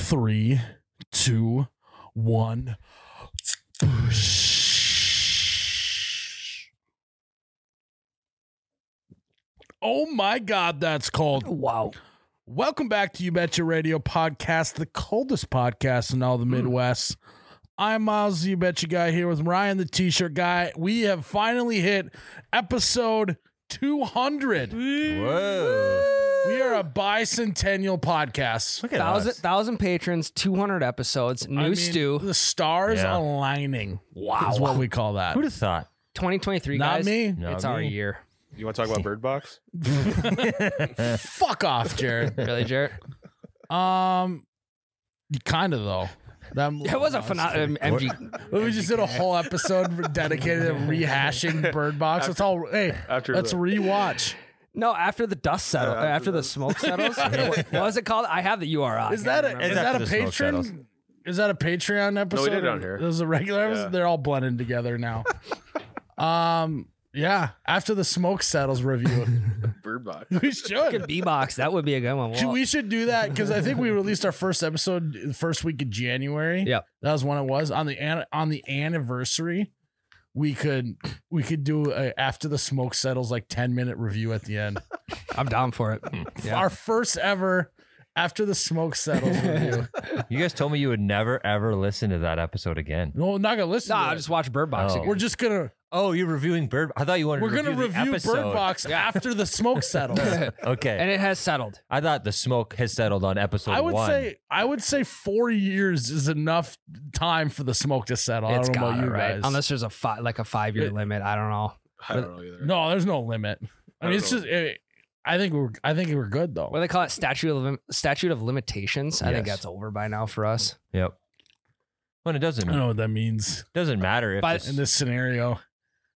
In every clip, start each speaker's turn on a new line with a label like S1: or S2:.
S1: three, two, one. Oh my God, that's called.
S2: Wow.
S1: Welcome back to You Betcha Radio podcast, the coldest podcast in all the Midwest. I'm Miles, the You Betcha guy, here with Ryan, the t shirt guy. We have finally hit episode 200.
S3: Whoa.
S1: We are a bicentennial podcast.
S3: Look at
S2: Thousand
S3: us.
S2: thousand patrons, two hundred episodes, new
S1: I mean,
S2: stew,
S1: The stars
S3: Yeah.
S1: aligning. Wow. Is what we call that.
S3: Who'd have thought?
S2: twenty twenty three.
S1: Not
S2: guys,
S1: me.
S3: Not
S2: it's our
S3: me.
S2: year.
S4: You want to talk about Bird Box?
S1: Fuck off, Jared.
S2: Really, Jarrett?
S1: Um, kind of though. That
S2: It was a um, phenomenal MG.
S1: We just did a whole episode dedicated to rehashing Bird Box. It's all hey.
S4: After
S1: Let's
S4: the-
S1: rewatch.
S2: No, after the dust settles,
S4: Yeah,
S2: after,
S4: after
S2: the
S4: the-
S2: smoke settles. what, what was it called? I have the URI.
S1: Is that a
S3: remember.
S1: is that a
S3: After the smoke settles.
S1: patron? Is that a Patreon episode?
S4: did it on here.
S1: It was a regular episode.
S4: Yeah.
S1: They're all blended together now. um. Yeah. After the smoke settles review,
S4: Bird Box.
S1: we should.
S2: B box? That would be a good one.
S1: Should-
S2: Well,
S1: we should do that because I think we released our first episode the first week of January.
S2: Yep.
S1: that was when it was on the an- on the anniversary. We could we could do a, after the smoke settles like ten minute review at the end.
S2: I'm down for it. Yeah.
S1: Our first ever after the smoke settles review.
S3: You guys told me you would never ever listen to that episode again.
S1: No, I'm not gonna listen.
S2: Nah,
S1: to
S2: I
S1: it.
S2: just watch Bird Box.
S3: Oh.
S2: again.
S1: we're just gonna
S3: Oh, you're reviewing Bird. I thought you wanted.
S1: we're
S3: to
S1: gonna
S3: review, the
S1: review Bird
S3: episode.
S1: Box after the smoke settles.
S3: Okay,
S2: and it has settled.
S3: I thought the smoke has settled on episode.
S1: I would
S3: one.
S1: say I would say four years is enough time for the smoke to settle.
S2: It's
S1: I don't know
S2: got
S1: about
S2: it,
S1: you
S2: right?
S1: guys.
S2: Unless there's a fi- like a five year
S1: It-
S2: limit. I don't know.
S4: I don't know either.
S1: No, there's no limit. I,
S4: I
S1: mean,
S4: don't
S1: it's
S4: know.
S1: just. It, I think we're. I think we're good though.
S2: What do they call it? Statute of lim- statute of limitations. I think
S3: Yes.
S2: that's over by now for us.
S3: Yep. Well, it doesn't
S1: I don't know what that means
S3: doesn't matter if
S2: But-
S3: this-
S1: in this scenario.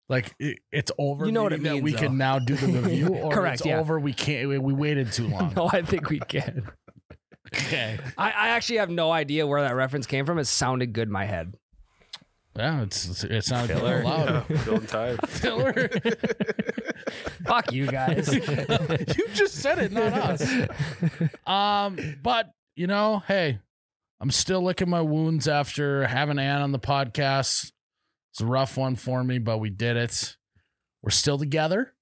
S1: Like it, it's over.
S2: You know what
S1: meaning
S2: it
S1: that
S2: means,
S1: we
S2: though.
S1: can now do the review, or
S2: Correct,
S1: it's
S2: yeah.
S1: over. We can't. We, we waited too long.
S2: No, I think we can.
S1: Okay.
S2: I, I actually have no idea where that reference came from. It sounded good in my head.
S1: Yeah, it's it's- it sounded kind
S3: Filler.
S1: of loud.
S4: Yeah, building time.
S1: Filler.
S2: Fuck you guys.
S1: you just said it, not us. Um, but you know, hey, I'm still licking my wounds after having Ann on the podcast. It's a rough one for me, but we did it. We're still together.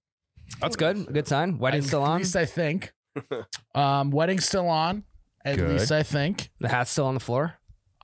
S2: That's good. Good sign. Wedding's
S1: At
S2: still on.
S1: least I think. um, wedding's still on. At
S3: Good.
S1: least I think.
S2: The hat's still on the floor.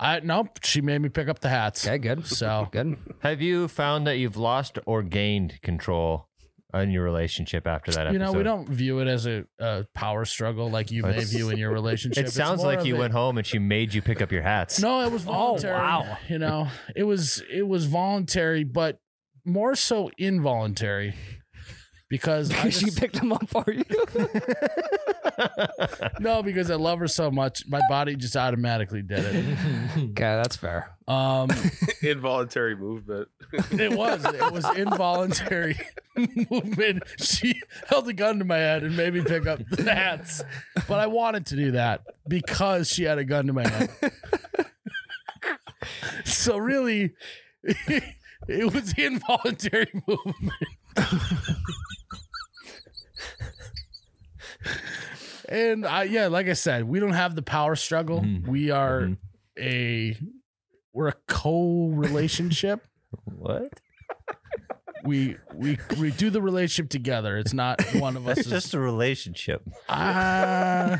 S1: I nope. She made me pick up the hats.
S2: Okay, good.
S1: So
S2: Good.
S3: have you found that you've lost or gained control on your relationship after that episode? Oh,
S1: you know we don't view it as a, a power struggle like you may
S3: It's-
S1: view in your relationship.
S3: It
S1: It's
S3: sounds
S1: more
S3: like
S1: of
S3: you
S1: a-
S3: went home Oh, and she made you pick up your hats.
S1: No, it was voluntary.
S2: wow.
S1: You know, it was it was voluntary, but more so involuntary because I
S2: she
S1: just-
S2: picked them up for you.
S1: no, because I love her so much, my body just automatically did it.
S2: okay, that's fair.
S1: Um,
S4: Involuntary movement.
S1: it was it was involuntary movement. She held a gun to my head and made me pick up the hats, but I wanted to do that because she had a gun to my head. so really, it was involuntary movement. and I, yeah, like I said, we don't have the power struggle.
S3: Mhm.
S1: We are
S3: Mhm.
S1: a we're a co relationship.
S3: What?
S1: we we we do the relationship together. It's not one of us.
S3: That's
S1: Is,
S3: just a relationship.
S1: ah,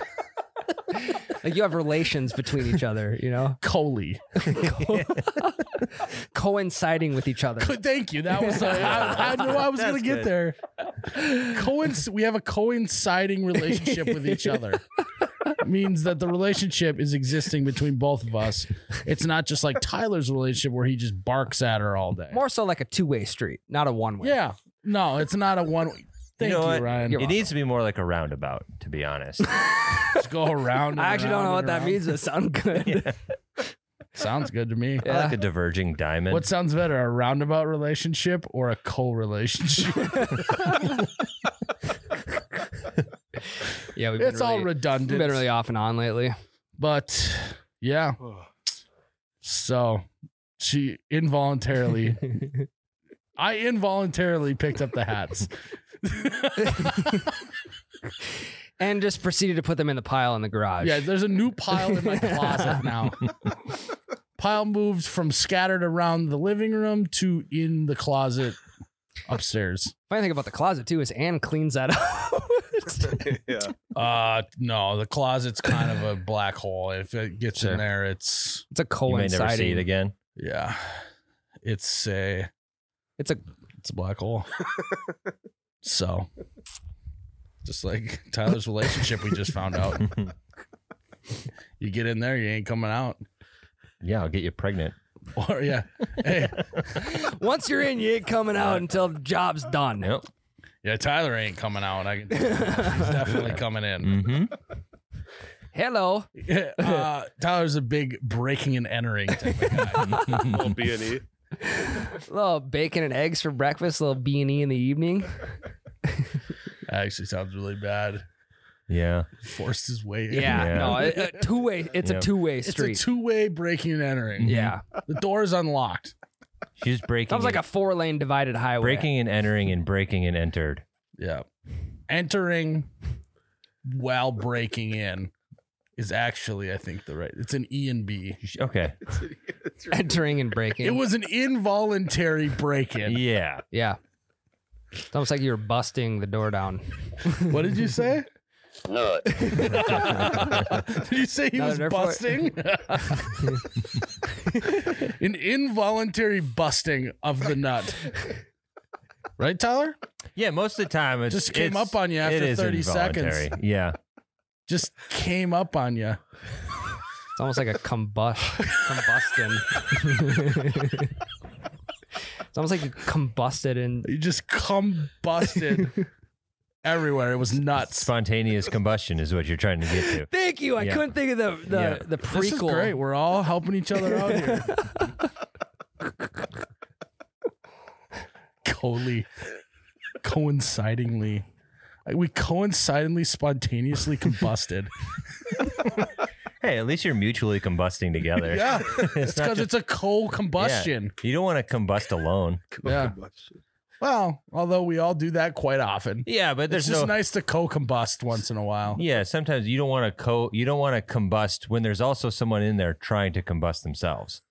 S2: Like you have relations between each other, you know,
S1: Coley.
S2: Co- coinciding with each other.
S1: Co- Thank you. That was I, I knew I was gonna
S3: That's
S1: get
S3: good.
S1: there. Coinc- we have a coinciding relationship with each other. Means that the relationship is existing between both of us. It's not just like Tyler's relationship where he just barks at her all day.
S2: More so like a two way street, not a one way.
S1: yeah. No, it's not a one. Thank you,
S3: know what?
S1: Ryan.
S2: You're
S3: it needs to be more like a roundabout, to be honest.
S1: Just go around. and
S2: I actually
S1: around
S2: don't know what
S1: and
S2: that
S1: around.
S2: means, but it sounded good.
S3: Yeah.
S1: Sounds good to me.
S3: I
S2: Yeah.
S3: like a diverging diamond.
S1: What sounds better, a roundabout relationship or a co relationship?
S2: Yeah, we've been
S1: it's all
S2: really- we've
S1: redundant.
S2: been really off and on lately.
S1: but yeah, so she involuntarily, I involuntarily picked up the hats.
S2: and just proceeded to put them in the pile in the garage.
S1: Yeah, there's a new pile in my closet now. pile moved from scattered around the living room to in the closet upstairs.
S2: Funny thing about the closet too is Anne cleans that out.
S4: yeah.
S1: Uh no, the closet's kind of a black hole. If it gets
S3: Sure.
S1: in there, it's
S2: it's a
S3: You may never see it
S2: coinciding.
S3: again.
S1: yeah. It's a
S2: It's a
S1: it's a black hole. so just like Tyler's relationship we just found out. You get in there, you ain't coming out.
S3: yeah, I'll get you pregnant.
S1: Or yeah. Hey,
S2: once you're in, you ain't coming out until the job's done.
S3: Yep.
S1: yeah, Tyler ain't coming out. I can he's definitely coming in.
S3: Mm-hmm.
S2: Hello.
S1: uh, Tyler's a big breaking and entering type of guy.
S4: Well, B and E.
S2: little bacon and eggs for breakfast, a little B and E in the evening.
S1: that actually sounds really bad.
S3: Yeah.
S1: Forced his way in.
S2: Yeah,
S3: Yeah.
S2: no, it, uh, two way. It's
S3: Yeah.
S2: a two way
S1: It's
S2: street.
S1: a two way breaking and entering.
S2: yeah,
S3: Mm-hmm.
S1: The door is unlocked.
S3: She's breaking.
S2: sounds like a
S3: and-
S2: four lane divided highway.
S3: breaking and entering and breaking and entered.
S1: Yeah. Entering while breaking in is actually, I think, the right. It's an E and B.
S3: She- Okay.
S4: It's really-
S2: entering and breaking.
S1: It was an involuntary break in.
S3: Yeah.
S2: yeah. It's almost like you were busting the door down.
S1: What did you say?
S5: Nut.
S1: Did you say he
S2: No,
S1: was
S2: therefore-
S1: busting? An involuntary busting of the nut. Right, Tyler?
S3: Yeah. Most of the time, it's
S1: Just came
S3: it's-
S1: up on you after
S3: it is
S1: 30 seconds.
S3: involuntary. Yeah.
S1: Just came up on you.
S2: It's almost like a combust, combustion. it's almost like you combusted in.
S1: You just cum busted everywhere. It was nuts.
S3: Spontaneous combustion is what you're trying to get to.
S2: Thank you. I
S3: Yeah.
S2: couldn't think of the the,
S3: Yeah.
S2: the prequel.
S1: This is great. We're all helping each other out here. Coley. Coincidingly. Like, We coincidentally spontaneously combusted.
S3: Hey, at least you're mutually combusting together.
S1: Yeah.
S3: it's
S1: It's
S3: not
S1: because
S3: just,
S1: it's a co combustion.
S3: you don't want to combust alone.
S1: Yeah. Well, although we all do that quite often.
S3: Yeah, but
S1: It's
S3: there's
S1: just
S3: no.
S1: nice to co combust once in a while.
S3: Yeah, sometimes you don't want to co. You don't want to combust when there's also someone in there trying to combust themselves.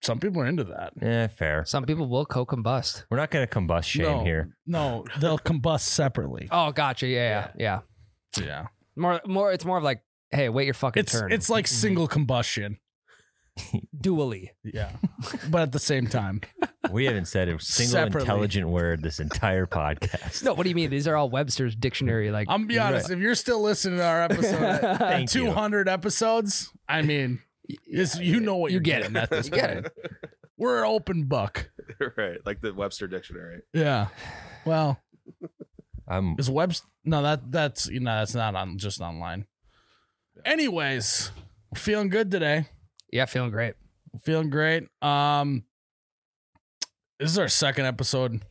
S1: Some people are into that.
S3: Eh, fair.
S2: Some people will co-combust.
S3: We're not going to combust shame
S1: no,
S3: here.
S1: No, they'll combust separately.
S2: Oh, gotcha. Yeah, yeah, yeah.
S1: Yeah.
S2: More, more. It's more of like, hey, wait your fucking
S1: It's
S2: turn.
S1: it's like single combustion.
S2: dually.
S1: Yeah. but at the same time.
S3: We haven't said a single
S1: Separately.
S3: intelligent word this entire podcast.
S2: No, what do you mean? These are all Webster's dictionary. Like,
S1: I'm be honest, if you're still listening to our episode
S3: Thank
S1: two hundred episodes, I mean it's, you know what
S2: You
S1: you're
S2: get
S1: getting at this
S2: You get
S1: point. We're open buck.
S4: right. Like the Webster Dictionary.
S1: Yeah. Well,
S3: I'm
S1: Is Webster? No, that that's you know that's not on just online. Anyways, feeling good today.
S2: yeah, feeling great.
S1: Feeling great. Um, this is our second episode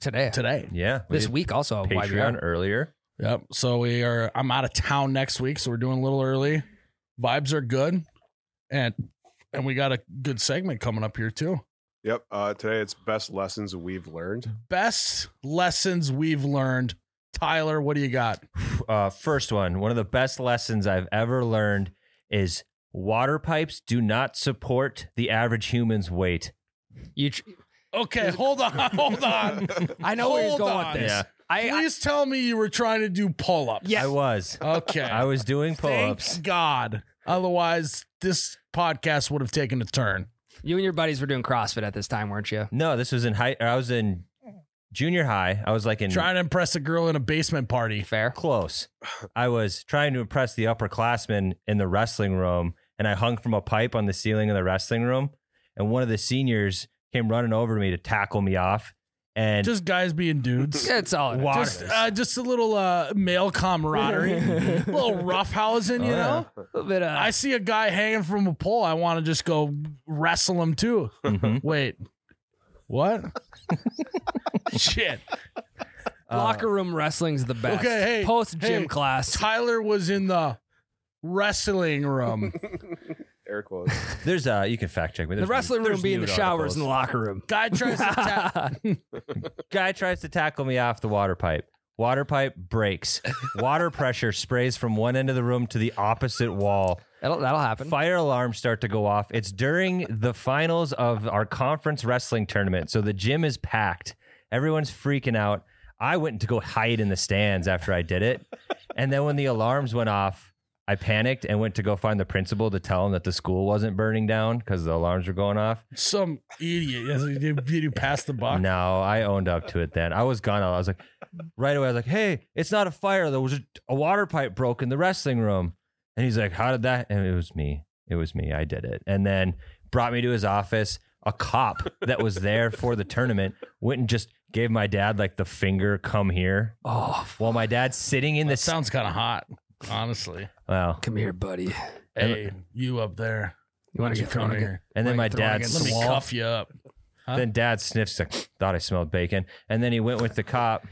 S2: Today,
S1: today.
S3: yeah. we
S2: this
S3: did
S2: week also. of
S3: Patreon
S2: YBR.
S3: earlier.
S1: Yep. So we are. I'm out of town next week, so we're doing a little early. Vibes are good, and and we got a good segment coming up here too.
S4: Yep. Uh, today it's best lessons we've learned.
S1: Best lessons we've learned. Tyler, what do you got?
S3: Uh, first one, one of the best lessons I've ever learned is water pipes do not support the average human's weight.
S2: You, tr-
S1: Okay, hold on, hold on.
S2: I know where he's
S1: Hold
S2: going
S1: on.
S2: with this.
S3: Yeah.
S2: I, I
S1: Please tell me you were trying to do pull-ups.
S2: Yes.
S3: I was.
S1: Okay.
S3: I was doing pull-ups.
S1: Thank God. Otherwise, this podcast would have taken a turn.
S2: you and your buddies were doing CrossFit at this time, weren't you?
S3: No, this was in high. I was in junior high. I was like in
S1: Trying to impress a girl in a basement party.
S2: Fair.
S3: close. I was trying to impress the upperclassmen in the wrestling room, and I hung from a pipe on the ceiling of the wrestling room. And one of the seniors came running over to me to tackle me off, and
S1: Just guys being dudes.
S2: It's all.
S3: Wow.
S1: Just, uh, just a little uh, male camaraderie, a little roughhousing, you
S3: Oh,
S1: know.
S2: A little bit. Uh,
S1: I see a guy hanging from a pole. I want to just go wrestle him too.
S2: Mm-hmm.
S3: Mhm.
S1: Wait, what? Shit.
S2: locker room wrestling's the best.
S1: Okay, hey,
S2: Post gym
S1: hey.
S2: class.
S1: Tyler was in the wrestling room.
S4: Air quotes.
S3: there's uh, you can fact check me.
S2: The
S3: There's
S2: wrestling
S3: nude-
S2: room being the
S3: there's nude
S2: showers in the
S3: articles.
S2: locker room.
S1: Guy tries to tap.
S3: guy tries to tackle me off the water pipe. Water pipe breaks. Water pressure sprays from one end of the room to the opposite wall.
S2: That'll, that'll happen.
S3: Fire alarms start to go off. It's during the finals of our conference wrestling tournament. So the gym is packed. Everyone's freaking out. I went to go hide in the stands after I did it. And then when the alarms went off, I panicked and went to go find the principal to tell him that the school wasn't burning down because the alarms were going off.
S1: Some idiot. Yes, you did you pass the buck?
S3: No, I owned up to it then. I was gone. I was like, right away, I was like, hey, it's not a fire. There was just a water pipe broke in the wrestling room. And he's like, how did that? And it was me. It was me. I did it. And then brought me to his office. A cop that was there for the tournament went and just gave my dad like the finger, come here.
S2: Oh,
S3: While my dad's sitting in
S1: That
S3: the s-
S1: sounds kind of hot, honestly.
S3: well,
S2: come here, buddy. You
S1: Hey, you up there.
S2: want to get thrown
S1: Come
S2: again?
S3: and
S2: Wanna
S3: then my
S2: get thrown
S3: dad
S2: against
S1: Let
S2: the
S1: me
S2: wall?
S1: cuff you up. Huh?
S3: Then dad sniffs like thought I smelled bacon, and then he went with the cop.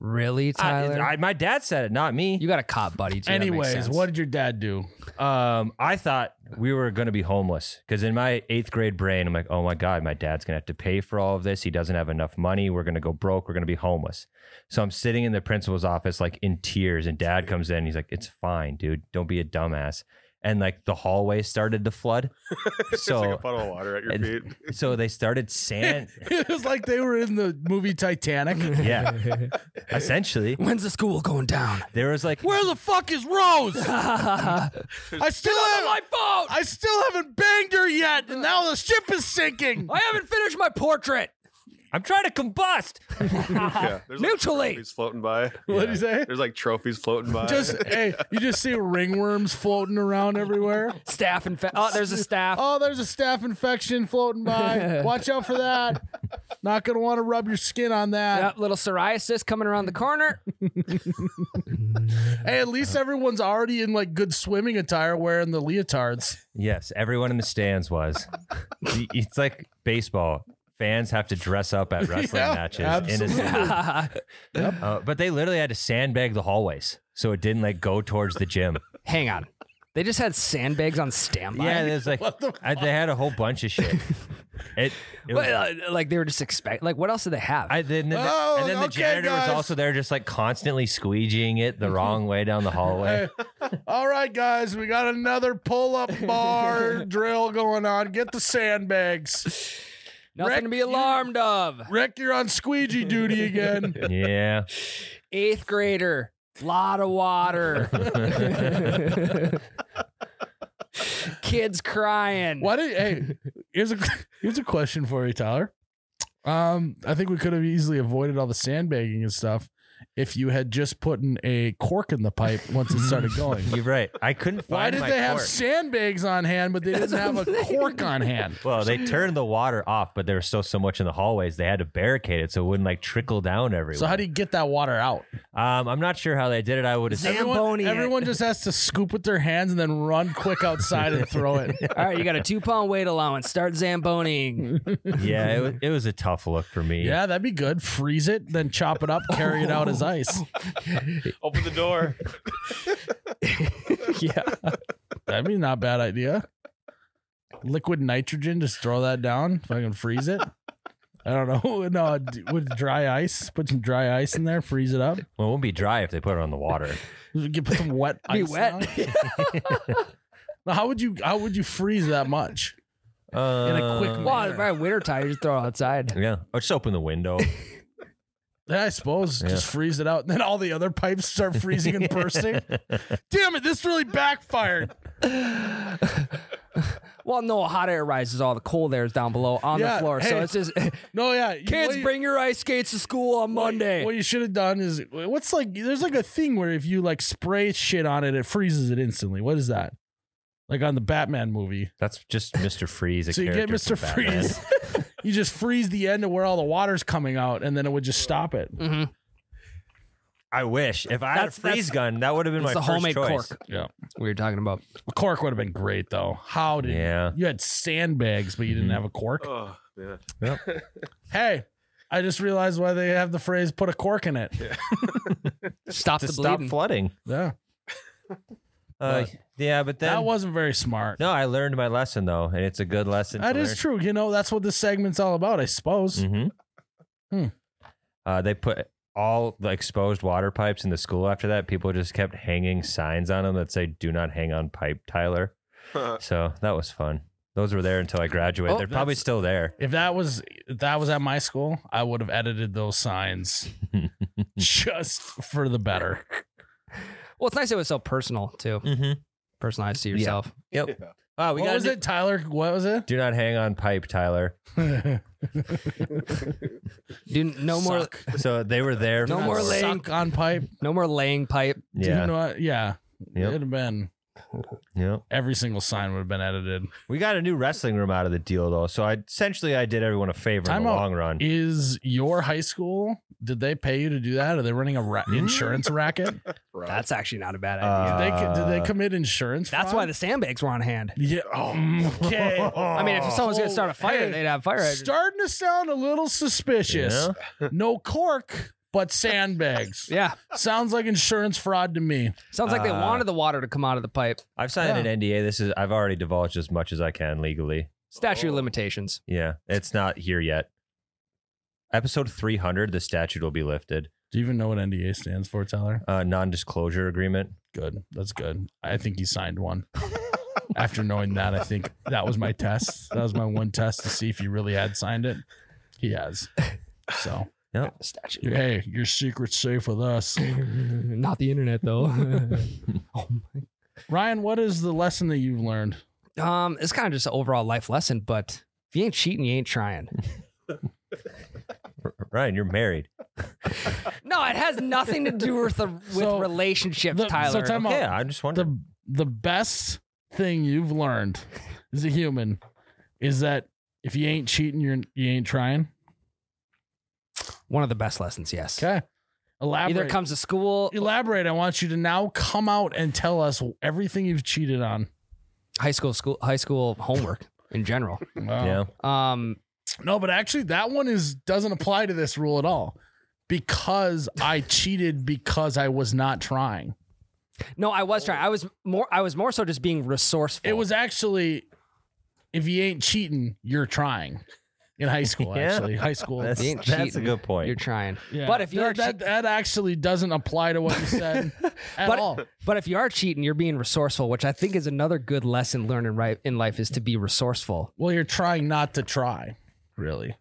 S2: Really,
S3: I,
S2: Tyler?
S3: I- my dad said it, not me.
S2: you got a cop buddy too. that makes
S1: Anyways,
S2: sense.
S1: what did your dad do?
S3: Um, I thought we were going to be homeless because in my eighth grade brain, I'm like, oh my God, my dad's going to have to pay for all of this. He doesn't have enough money. We're going to go broke. We're going to be homeless. So I'm sitting in the principal's office, like in tears, and dad comes in. He's like, it's fine, dude. Don't be a dumbass. And like the hallway started to flood.
S4: it's just like
S3: So-
S4: a puddle of water at your
S3: and-
S4: feet.
S3: So they started sand.
S1: It was like they were in the movie Titanic.
S3: yeah. Essentially,
S2: When's the school going down?
S3: there was like,
S1: Where the fuck is Rose? I still haven't
S2: my boat!
S1: I still haven't banged her yet, and now the ship is sinking.
S2: I haven't finished my portrait.
S3: I'm trying to combust.
S4: yeah, there's
S2: Mutually.
S4: Like trophies floating by.
S1: What'd he say?
S4: There's like trophies floating by.
S1: Just hey, you just see ringworms floating around everywhere.
S2: Staff and oh, there's a staff.
S1: Oh, there's a staph infection floating by. Watch out for that. Not gonna want to rub your skin on that.
S2: Yep, little psoriasis coming around the corner.
S1: Hey, at least everyone's already in like good swimming attire, wearing the leotards.
S3: Yes, everyone in the stands was. The- it's like baseball. Fans have to dress up at wrestling
S1: Yeah,
S3: matches.
S1: absolutely.
S3: In a stand-
S2: Hang
S3: uh, but they literally had to sandbag the hallways so it didn't like go towards the gym.
S2: on. They just had sandbags on standby.
S3: yeah, there's like
S1: What the
S3: I, they had a whole bunch of shit. It, it was,
S2: But, uh, like they were just expect. Like what else did they have?
S3: I, then the,
S1: Oh,
S3: and then the
S1: okay,
S3: janitor
S1: guys.
S3: was also there, just like constantly squeegeeing it the wrong way down the hallway.
S1: All right, guys, we got another pull-up bar drill going on. Get the sandbags.
S2: Nothing
S1: Rick,
S2: to be
S1: you-
S2: alarmed of.
S1: Rick, you're on squeegee duty again.
S3: yeah,
S2: Eighth grader. Lot of water. Kids crying.
S1: Why did hey? Here's a here's a question for you, Tyler. Um, I think we could have easily avoided all the sandbagging and stuff if you had just put in a cork in the pipe once it started going.
S3: you're right. I couldn't find
S1: Why did
S3: my
S1: they have
S3: fork.
S1: sandbags on hand, but they didn't have a cork on hand?
S3: Well, they turned the water off, but there was still so much in the hallways they had to barricade it so it wouldn't like trickle down everywhere.
S1: So how do you get that water out?
S3: Um, I'm not sure how they did it. I would assume.
S1: Everyone,
S2: Zamboni it.
S1: everyone just has to scoop with their hands and then run quick outside and throw it.
S2: All right, you got a two pound weight allowance. Start zamboning.
S3: yeah, it was, it was a tough look for me.
S1: Yeah, that'd be good. Freeze it, then chop it up, carry it out as ice.
S4: Open the door.
S2: yeah.
S1: That'd be not a bad idea. Liquid nitrogen, just throw that down. Fucking freeze it. I don't know. No, d- with dry ice, put some dry ice in there, freeze it up.
S3: Well, it won't be dry if they put it on the water.
S1: Get put some wet
S2: Be
S1: ice. on
S2: wet.
S1: it. Now, how would you how would you freeze that much?
S3: In
S1: a quick walk.
S2: well, by winter time, you just throw it outside.
S3: Um, Yeah, or just open the window.
S1: Yeah, I suppose
S3: Yeah.
S1: just freeze it out, and then all the other pipes start freezing and bursting. Damn it, this really backfired.
S2: Well, no, hot air rises all the cold air is down below on
S1: Yeah,
S2: the floor. So
S1: hey,
S2: it's just
S1: No, yeah, you-
S2: kids
S1: what you-
S2: bring your ice skates to school on Monday.
S1: What you should have done is what's like there's like a thing where if you like spray shit on it, it freezes it instantly. What is that? Like on the Batman movie.
S3: That's just Mr. Freeze. A
S1: so you get
S3: character
S1: Mr.
S3: from Batman.
S1: Freeze. you just freeze the end of where all the water's coming out and then it would just stop it.
S2: Mhm.
S3: I wish if I had a
S2: That's- that's-
S3: freeze gun, that would have been
S2: It's the
S3: my first
S2: homemade
S3: choice.
S2: cork
S1: Yeah.
S2: we were talking about.
S1: A cork would have been great though. How did
S3: Yeah.
S1: you had sandbags but you didn't
S3: Mhm.
S1: have a cork?
S4: Oh man.
S1: Hey, I just realized why they have the phrase put a cork in it.
S2: Stop
S3: To
S2: the
S3: stop
S2: bleeding.
S3: flooding.
S1: Yeah.
S3: Uh, yeah, but then
S1: that wasn't very smart.
S3: no, I learned my lesson though, and it's a good lesson.
S1: that
S3: to
S1: is
S3: learn.
S1: true. You know, that's what this segment's all about, I suppose.
S3: Mm-hmm.
S1: Hmm.
S3: Uh, they put all the exposed water pipes in the school after that, people just kept hanging signs on them that say, do not hang on pipe, Tyler. So that was fun. Those were there until I graduated.
S1: Oh,
S3: They're probably
S1: that's-
S3: still there.
S1: If that was if that was at my school, I would have edited those signs just for the better.
S2: Well, it's nice it was so personal too,
S3: Mm-hmm.
S2: personalized to
S3: Yeah.
S2: yourself.
S3: Yep. Wow, we
S1: what
S3: got
S1: was
S3: do,
S1: it, Tyler? What was it?
S3: do not hang on pipe, Tyler.
S2: Do no more,
S1: Suck.
S3: So they were there.
S2: No
S1: Not
S2: more
S3: for-
S2: laying.
S1: suck on pipe.
S2: no more laying pipe.
S1: Yeah,
S3: Yeah.
S1: yeah.
S3: Yep.
S1: It'd have been
S3: Yep.
S1: every single sign would have been edited.
S3: We got a new wrestling room out of the deal though. So I essentially I did everyone a favor in
S1: Time
S3: the
S1: out.
S3: long run.
S1: Is your high school? Did they pay you to do that? Are they running a ra-
S3: Hmm?
S1: insurance racket? Did
S2: That's actually not a bad idea.
S3: Uh,
S1: they did they commit insurance?
S2: That's
S1: fraud?
S2: why the sandbags were on hand.
S1: Yeah. um, Okay.
S2: I mean, if someone's gonna
S1: Oh,
S2: start a fire,
S1: hey,
S2: they'd have fire hydrants.
S1: Starting to sound a little suspicious.
S3: Yeah.
S1: No cork, but sandbags.
S2: yeah,
S1: Sounds like insurance fraud to me.
S2: sounds like they
S3: Uh,
S2: wanted the water to come out of the pipe.
S3: I've signed
S1: Yeah.
S3: an NDA. This is I've already divulged as much as I can legally.
S2: Statute of
S4: Oh.
S2: limitations.
S3: Yeah, it's not here yet. Episode 300, the statute will be lifted.
S1: Do you even know what NDA stands for, Tyler?
S3: Uh, non-disclosure agreement.
S1: Good. That's good. I think he signed one. After knowing that, I think that was my test. That was my one test to see if he really had signed it. He has. So,
S2: Statute.
S1: hey, your secret's safe with us.
S2: Not the internet though. oh
S1: Ryan, what is the lesson that you've learned?
S2: my. Um, it's kind of just an overall life lesson, but if you ain't cheating, you ain't trying.
S3: R- Ryan, you're married.
S2: No, it has nothing to do with the with
S1: So,
S2: relationships,
S1: the- so
S2: Tyler.
S1: time out.
S3: Yeah, I just wondered.
S1: The the best thing you've learned as a human is that if you ain't cheating, you're you ain't trying.
S2: One of the best lessons, yes.
S1: Okay. Elaborate.
S2: Either comes to school,
S1: Elaborate. I want you to now come out and tell us everything you've cheated on.
S2: high school, school, high school homework in general.
S3: yeah.
S2: Um,
S1: No, but actually that one is doesn't apply to this rule at all. Because I cheated because I was not trying.
S2: no, I was trying. I was more. I was more so just being resourceful.
S1: It was actually if you ain't cheating, you're trying. In high school,
S3: Yeah.
S1: actually. High school.
S3: That's,
S2: You ain't
S3: that's a
S2: cheating.
S3: good point.
S2: You're trying.
S1: Yeah.
S2: But if you're
S1: that, that, that actually doesn't apply to what you said at
S2: But-
S1: all.
S2: But if you are cheating, you're being resourceful, which I think is another good lesson learned in, ri- in life is to be resourceful.
S1: Well, you're trying not to try, really.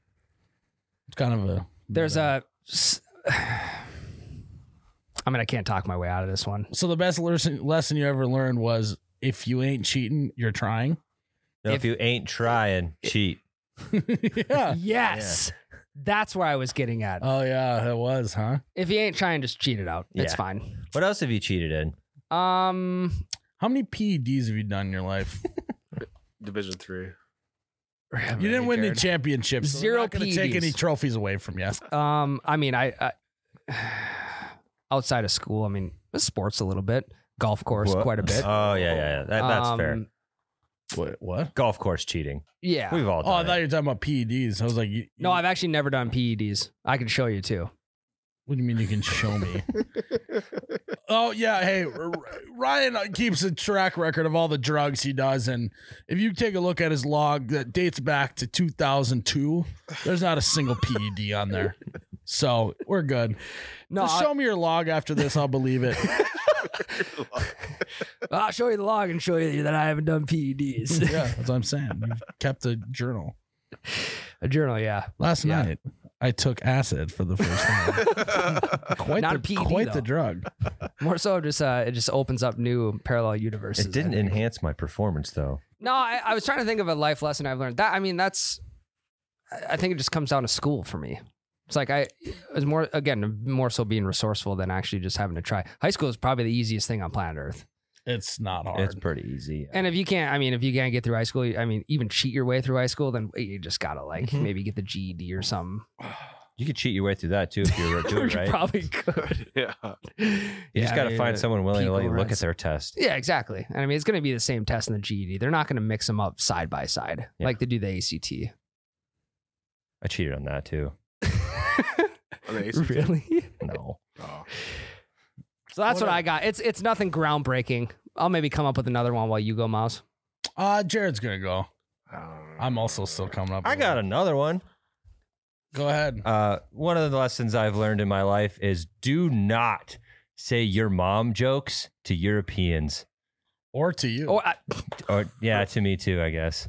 S1: It's kind of a
S2: There's a. s- I mean, I can't talk my way out of this one.
S1: so the best lesson lesson you ever learned was if you ain't cheating, you're trying.
S3: No, if,
S2: if-
S3: you ain't trying, cheat.
S1: yeah.
S2: Yes. That's where I was getting at.
S1: Oh yeah, it was, huh?
S2: If you ain't trying, just cheat it out. It's
S3: Yeah.
S2: fine.
S3: What else have you cheated in?
S2: Um,
S1: How many PEDs have you done in your life?
S4: Division three.
S1: You didn't win the
S2: Jared.
S1: championships. So
S2: Zero E
S1: we're not gonna take
S2: PEDs.
S1: any trophies away from you.
S2: Um, I mean, I, I outside of school, I mean, sports a little bit, golf course
S3: What?
S2: quite a bit.
S3: Oh, yeah, yeah, yeah. That, that's fair.
S2: Um,
S1: What? What?
S3: Golf course cheating.
S2: Yeah.
S3: We've all
S1: Oh, I
S3: done
S1: thought
S3: it.
S1: you were talking about PEDs. I was like, you,
S2: No, I've actually never done PEDs. I can show you too.
S1: What do you mean you can show me? oh yeah, hey, R- Ryan keeps a track record of all the drugs he does, and if you take a look at his log that dates back to 2002, there's not a single PED on there. So we're good.
S2: No,
S1: Just
S2: I-
S1: show me your log after this, I'll believe it.
S2: I'll show you the log and show you that I haven't done E PEDs.
S1: yeah, that's what I'm saying. You've kept a journal.
S2: a journal, yeah.
S1: Last
S2: Yeah.
S1: night, I took acid for the first time. Quite
S2: Not
S1: the
S2: a PED,
S1: quite
S2: though.
S1: the drug.
S2: More so, just uh, it just opens up new parallel universes.
S3: It didn't
S2: I think.
S3: enhance my performance though.
S2: No, I, I was trying to think of a life lesson I've learned. That I mean, that's. I- I think it just comes down to school for me. It's like I it was more again more so being resourceful than actually just having to try. High school is probably the easiest thing on planet Earth.
S1: It's not hard.
S3: It's pretty easy.
S2: And if you can't, I mean, if you can't get through high school, I mean, even cheat your way through high school, then you just gotta like
S1: Mm-hmm.
S3: Mhm.
S2: maybe get the GED or something.
S3: You could cheat your way through that too if you were doing it
S2: You
S3: right.
S2: probably could.
S4: Yeah.
S3: You just got to find someone willing to let you
S2: people
S3: look at
S2: rents.
S3: their test.
S2: Yeah, exactly. And I mean, it's going to be the same test in the GED. They're not going to mix them up side by side
S3: Yeah.
S2: like they do the ACT.
S3: I cheated on that too.
S4: On the AC?
S2: really?
S3: No.
S4: Oh.
S2: So that's what
S1: What a-
S2: I got. It's it's nothing groundbreaking. I'll maybe come up with another one while you go, Miles.
S1: Uh, Jared's gonna go.
S4: Um,
S1: I'm also still coming up.
S3: I
S1: with
S3: got
S1: one.
S3: another one.
S1: Go ahead.
S3: Uh, one of the lessons I've learned in my life is do not say your mom jokes to Europeans.
S1: Or to you.
S2: Oh, I-
S3: Or yeah, to me too, I guess.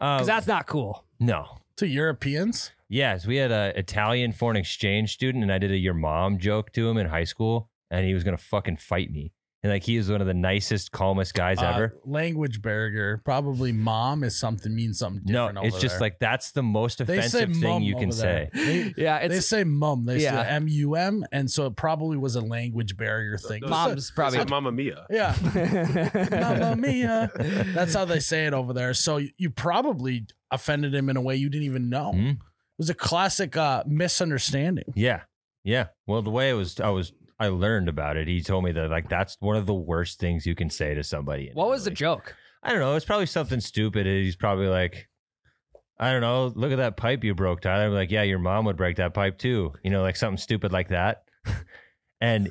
S3: Um,
S2: 'cause that's not cool.
S3: no.
S1: to Europeans?
S3: Yes, we had an Italian foreign exchange student, and I did a your mom joke to him in high school, and he was gonna fucking fight me. And like he is one of the nicest, calmest guys
S1: Uh,
S3: ever.
S1: language barrier. Probably mom is something means something
S3: No,
S1: different.
S3: it's
S1: over
S3: just
S1: there.
S3: like that's the most
S1: They say
S3: offensive
S1: mum
S3: thing you can
S1: over there.
S3: say.
S1: They,
S2: Yeah,
S1: they
S2: it's
S1: say mum. They
S2: Yeah.
S1: say M U M, and so it probably was a language barrier thing.
S4: Those-
S2: mom's
S4: Probably
S2: probably.
S4: Mamma Mia.
S1: Yeah. Mamma mia.
S2: That's
S1: That's how they say it over there. So you- you probably offended him in a way you didn't even know.
S2: Hmm?
S3: Mhm.
S1: It was a classic uh, misunderstanding.
S3: Yeah. Yeah. Well, the way it was, I was, I learned about it. He told me that, like, that's one of the worst things you can say to somebody. in
S2: What was the
S3: Italy.
S2: joke?
S3: I don't know. It's probably something stupid. He's probably like, I don't know. Look at that pipe you broke, Tyler. I'm like, yeah, your mom would break that pipe too. You know, like something stupid like that. and,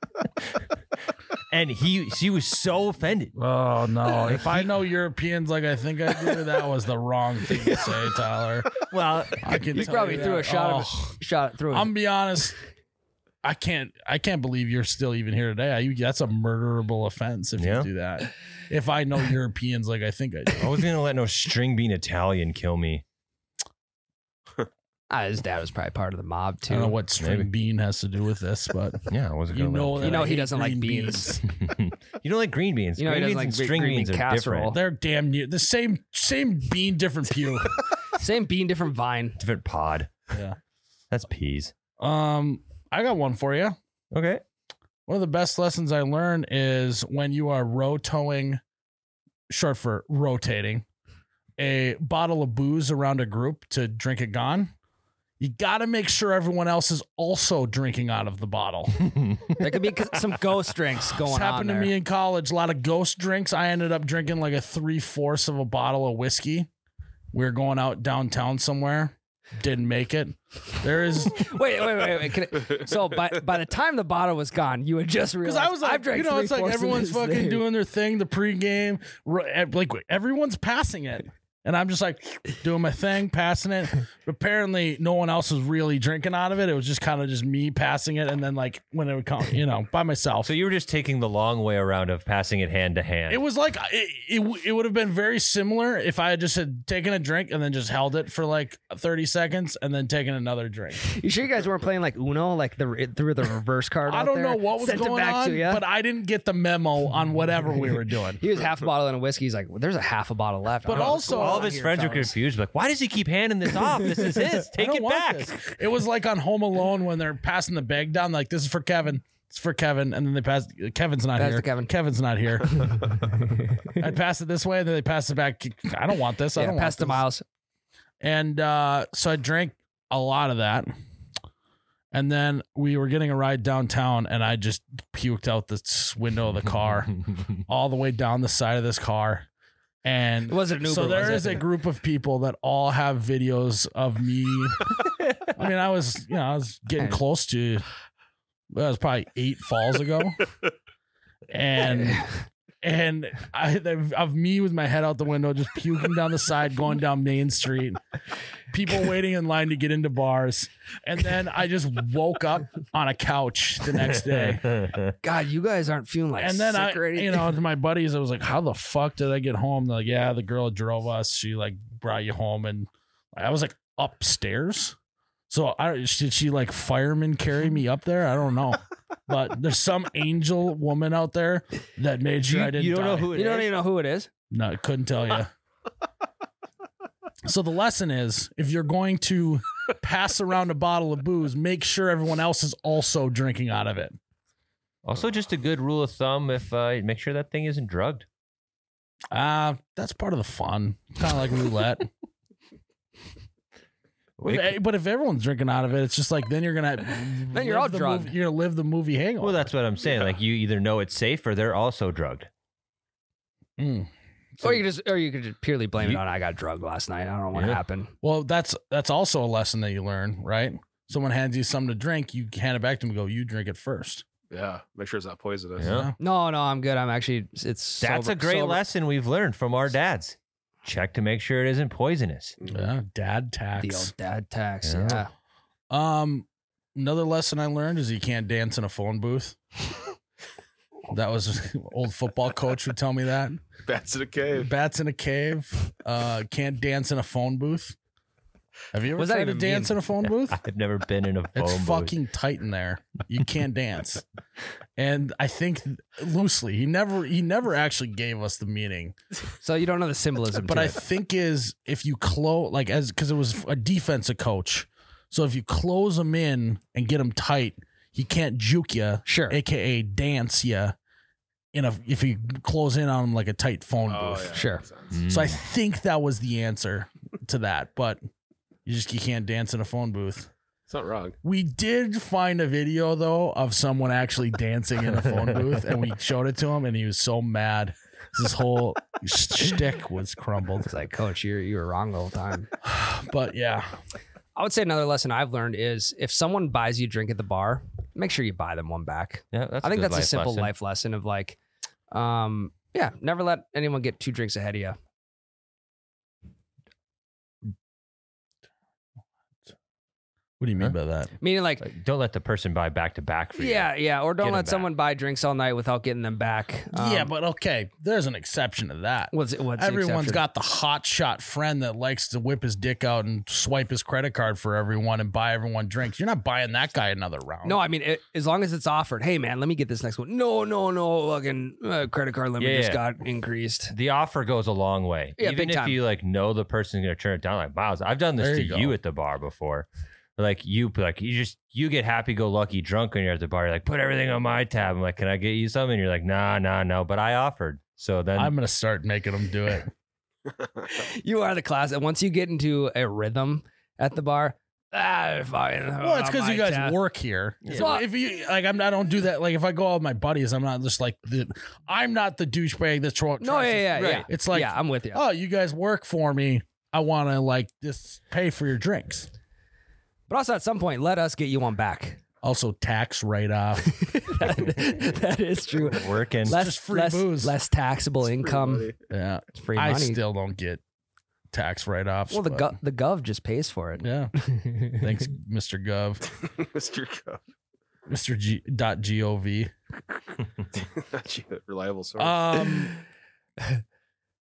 S3: and he, she was so offended.
S1: Oh no! If I know Europeans like I think I do, that was the wrong thing to say, Tyler.
S3: Well,
S1: I can.
S2: You
S1: tell
S2: probably
S1: you
S2: threw
S1: that.
S2: a shot of
S1: Oh.
S2: it. Shot it through.
S1: I'm be honest. I can't. I can't believe you're still even here today. I, that's a murderable offense if
S3: Yeah.
S1: you do that. If I know Europeans like I think I do,
S3: I wasn't going to let no string bean Italian kill me.
S2: Ah, his dad was probably part of the mob
S1: I
S2: too.
S1: don't know what string
S3: Maybe.
S1: bean has to do with this, but
S3: Yeah, I wasn't
S1: you
S3: going to
S1: know,
S3: let
S1: that
S2: You know
S1: I
S2: he
S1: hate
S2: doesn't like
S1: green
S2: beans.
S3: You don't like green beans.
S2: You know, he doesn't
S3: green beans
S2: like
S3: and
S2: gre-
S3: string
S2: green
S3: beans
S2: bean
S3: are
S2: casserole.
S3: different.
S1: They're damn near the same. Same bean, different pew.
S2: Same bean, different vine.
S3: Different pod.
S1: yeah.
S3: That's peas.
S1: Um, I got one for you.
S3: Okay.
S1: One of the best lessons I learned is when you are row towing, short for rotating, a bottle of booze around a group to drink it gone. You got to make sure everyone else is also drinking out of the bottle.
S2: There could be c- some ghost drinks going
S1: This happened
S2: on there.
S1: to me in college. A lot of ghost drinks. I ended up drinking like a three fourths of a bottle of whiskey. We were going out downtown somewhere. Didn't make it. There is
S2: Wait, wait, wait, wait. Can I- so by by the time the bottle was gone, you had just
S1: Because
S2: realized.
S1: I was
S2: I've
S1: like,
S2: drank
S1: you know, it's like
S2: three-fourths of
S1: everyone's
S2: this
S1: fucking
S2: thing."
S1: doing their thing, the pregame, ro- eh, like everyone's passing it, and I'm just like doing my thing, passing it. Apparently, no one else was really drinking out of it. It was just kind of just me passing it, and then like when it would come, you know, by myself.
S3: So you were just taking the long way around of passing it hand to hand.
S1: it was like it, it, w- it would have been very similar if I had just had taken a drink and then just held it for like 30 seconds and then taken another drink.
S2: You sure you guys weren't playing like Uno, like the re- through the reverse card?
S1: I
S2: out
S1: don't
S2: there?
S1: know what was
S2: Sent it
S1: going
S2: back
S1: on,
S2: to ya?
S1: but I didn't get the memo on whatever we were doing.
S2: he was half a bottle in a whiskey. He's like, well, there's a half a bottle left. I
S1: But
S2: don't know what's
S1: also-
S2: going
S3: all
S2: on
S3: of his
S2: here,
S3: friends were
S2: fellas.
S3: confused. Like, why does he keep handing this off? This is his. Take
S1: I don't
S3: it
S1: want
S3: back.
S1: this. It was like on Home Alone when they're passing the bag down, like this is for Kevin. It's for Kevin, and then they pass. Kevin's not
S2: Pass
S1: here.
S2: to Kevin.
S1: Kevin's not here. I pass it this way, and then they pass it back. I don't want this. I
S2: Yeah,
S1: don't
S2: pass
S1: want
S2: the
S1: this.
S2: miles.
S1: And uh, so I drank a lot of that, and then we were getting a ride downtown, and I just puked out the s- window of the car, all the way down the side of this car, and
S2: It wasn't an Uber.
S1: so there
S2: was
S1: is
S2: it?
S1: a group of people that all have videos of me. I mean, I was, you know, I was getting close to. That was probably eight falls ago, and and I of me with my head out the window, just puking down the side, going down Main Street. People waiting in line to get into bars, and then I just woke up on a couch the next day
S2: God, you guys aren't feeling like
S1: and then
S2: sick
S1: I,
S2: or anything.
S1: you know, to my buddies, I was like, "How the fuck did I get home?" They're like, "Yeah, the girl drove us. She like brought you home." And I was like upstairs. So I did she like fireman carry me up there? I don't know, but there's some angel woman out there that made sure
S3: you,
S1: I didn't.
S3: you don't know
S1: die.
S3: who it
S2: you don't
S3: is?
S2: even know who it is.
S1: No, I couldn't tell you. so the lesson is, if you're going to pass around a bottle of booze, make sure everyone else is also drinking out of it.
S3: Also, just a good rule of thumb: if uh, make sure that thing isn't drugged.
S1: Uh, that's part of the fun, kind of like roulette. If- eh, but if everyone's drinking out of it, it's just like then you're gonna then
S2: you're all
S1: the
S2: drugged.
S1: movie- you're gonna live the movie hangover.
S3: Well, that's what I'm saying. Like, you either know it's safe or they're also drugged.
S1: Mm.
S2: or you could just, or you could just purely blame it
S3: You-
S2: on I got drugged last night. I don't know what
S3: Yeah.
S2: happened.
S1: well, that's that's also a lesson that you learn, right? Someone hands you something to drink, you hand it back to them. and Go, you drink it first.
S4: Yeah. Make sure it's not poisonous.
S3: Yeah.
S2: No, no, I'm good. I'm actually. It's
S3: That's
S2: sober-
S3: a great
S2: sober.
S3: lesson we've learned from our dads. check to make sure it isn't poisonous.
S4: Mm.
S1: Yeah, dad
S2: The
S1: tax.
S2: old dad tax.
S3: Yeah.
S2: Yeah.
S1: Um, another lesson I learned is you can't dance in a phone booth. that was old football coach would tell me that.
S4: Bats in a cave.
S1: Bats in a cave. Uh, can't dance in a phone booth. Have you ever
S2: What's that
S1: tried to
S2: even
S1: dance
S2: mean?
S1: in a phone booth?
S3: I've never been in a phone
S1: It's
S4: Oh,
S3: booth.
S1: fucking tight in there. You can't dance. And I think loosely, he never he never actually gave us the meaning.
S2: So you don't know the symbolism.
S1: But
S2: to
S1: I
S2: it.
S1: think is if you close like as because it was a defensive coach, so if you close him in and get him tight, he can't juke you,
S2: sure.
S1: aka dance you, in a if you close in on him like a tight phone
S4: Oh,
S1: booth.
S4: yeah, Hmm.
S2: Sure.
S4: makes sense.
S3: Mm.
S1: So I think that was the answer to that. But you just you can't dance in a phone booth.
S4: It's not wrong.
S1: We did find a video though of someone actually dancing in a phone booth, and we showed it to him, and he was so mad. His whole shtick was crumbled.
S2: It's like, coach, you you were wrong the whole time.
S1: But yeah,
S2: I would say another lesson I've learned is if someone buys you a drink at the bar, make sure you buy them one back.
S3: yeah, that's
S2: I think
S3: good
S2: that's a
S3: life
S2: simple
S3: lesson.
S2: life lesson of like, um, yeah, never let anyone get two drinks ahead of you.
S1: what do you mean by
S3: Huh?
S1: that?
S2: Meaning like,
S3: Like, don't let the person buy back to back for you.
S2: yeah, yeah, or
S3: Get
S2: don't
S3: 'em
S2: let
S3: back.
S2: someone buy drinks all night without getting them back.
S1: yeah,
S2: Um,
S1: but okay, there's an exception to that.
S2: what's it? What's the
S1: Everyone's
S2: exception?
S1: got the hot shot friend that likes to whip his dick out and swipe his credit card for everyone and buy everyone drinks. You're not buying that guy another round.
S2: No, I mean, it, as long as it's offered. Hey, man, let me get this next one. No, no, no, fucking uh, credit card limit
S3: Yeah,
S2: just
S3: yeah.
S2: got increased.
S3: The offer goes a long way.
S2: Yeah,
S3: Even
S2: big
S3: if
S2: time.
S3: you like know the person's gonna turn it down, like Miles, I've done this
S1: There
S3: to
S1: you
S3: you,
S1: go.
S3: at the bar before. Like you like you just you get happy go lucky drunk when you're at the bar. You're like, put everything on my tab. I'm like, Can I get you some? And you're like, nah, nah, no. But I offered. So then
S1: I'm gonna start making them do it.
S2: You are the class. And once you get into a rhythm at the bar, ah, fine.
S1: Well, it's because you guys
S2: work.
S1: work here.
S3: Yeah.
S1: So if you like, I'm I don't do that. Like if I go out with my buddies, I'm not just like the, I'm not the douchebag that's trying.
S2: No, yeah, yeah, yeah.
S3: Right.
S1: It's like,
S2: yeah, I'm with you.
S1: oh, you guys work for me. I want to like just pay for your drinks.
S2: But also, at some point, let us get you on back.
S1: Also, tax write off.
S2: That- that is true.
S3: working.
S2: Less
S1: just free
S2: less,
S1: booze.
S2: less taxable
S4: It's pretty
S2: income.
S4: funny.
S1: yeah,
S2: It's free
S1: I
S2: money.
S1: still don't get tax write offs.
S2: well, the gov, the gov just pays for it.
S1: yeah. Thanks, Mr. Gov,
S4: Mr. Cup.
S1: Mr. G dot gov.
S4: That's a reliable source.
S1: Um,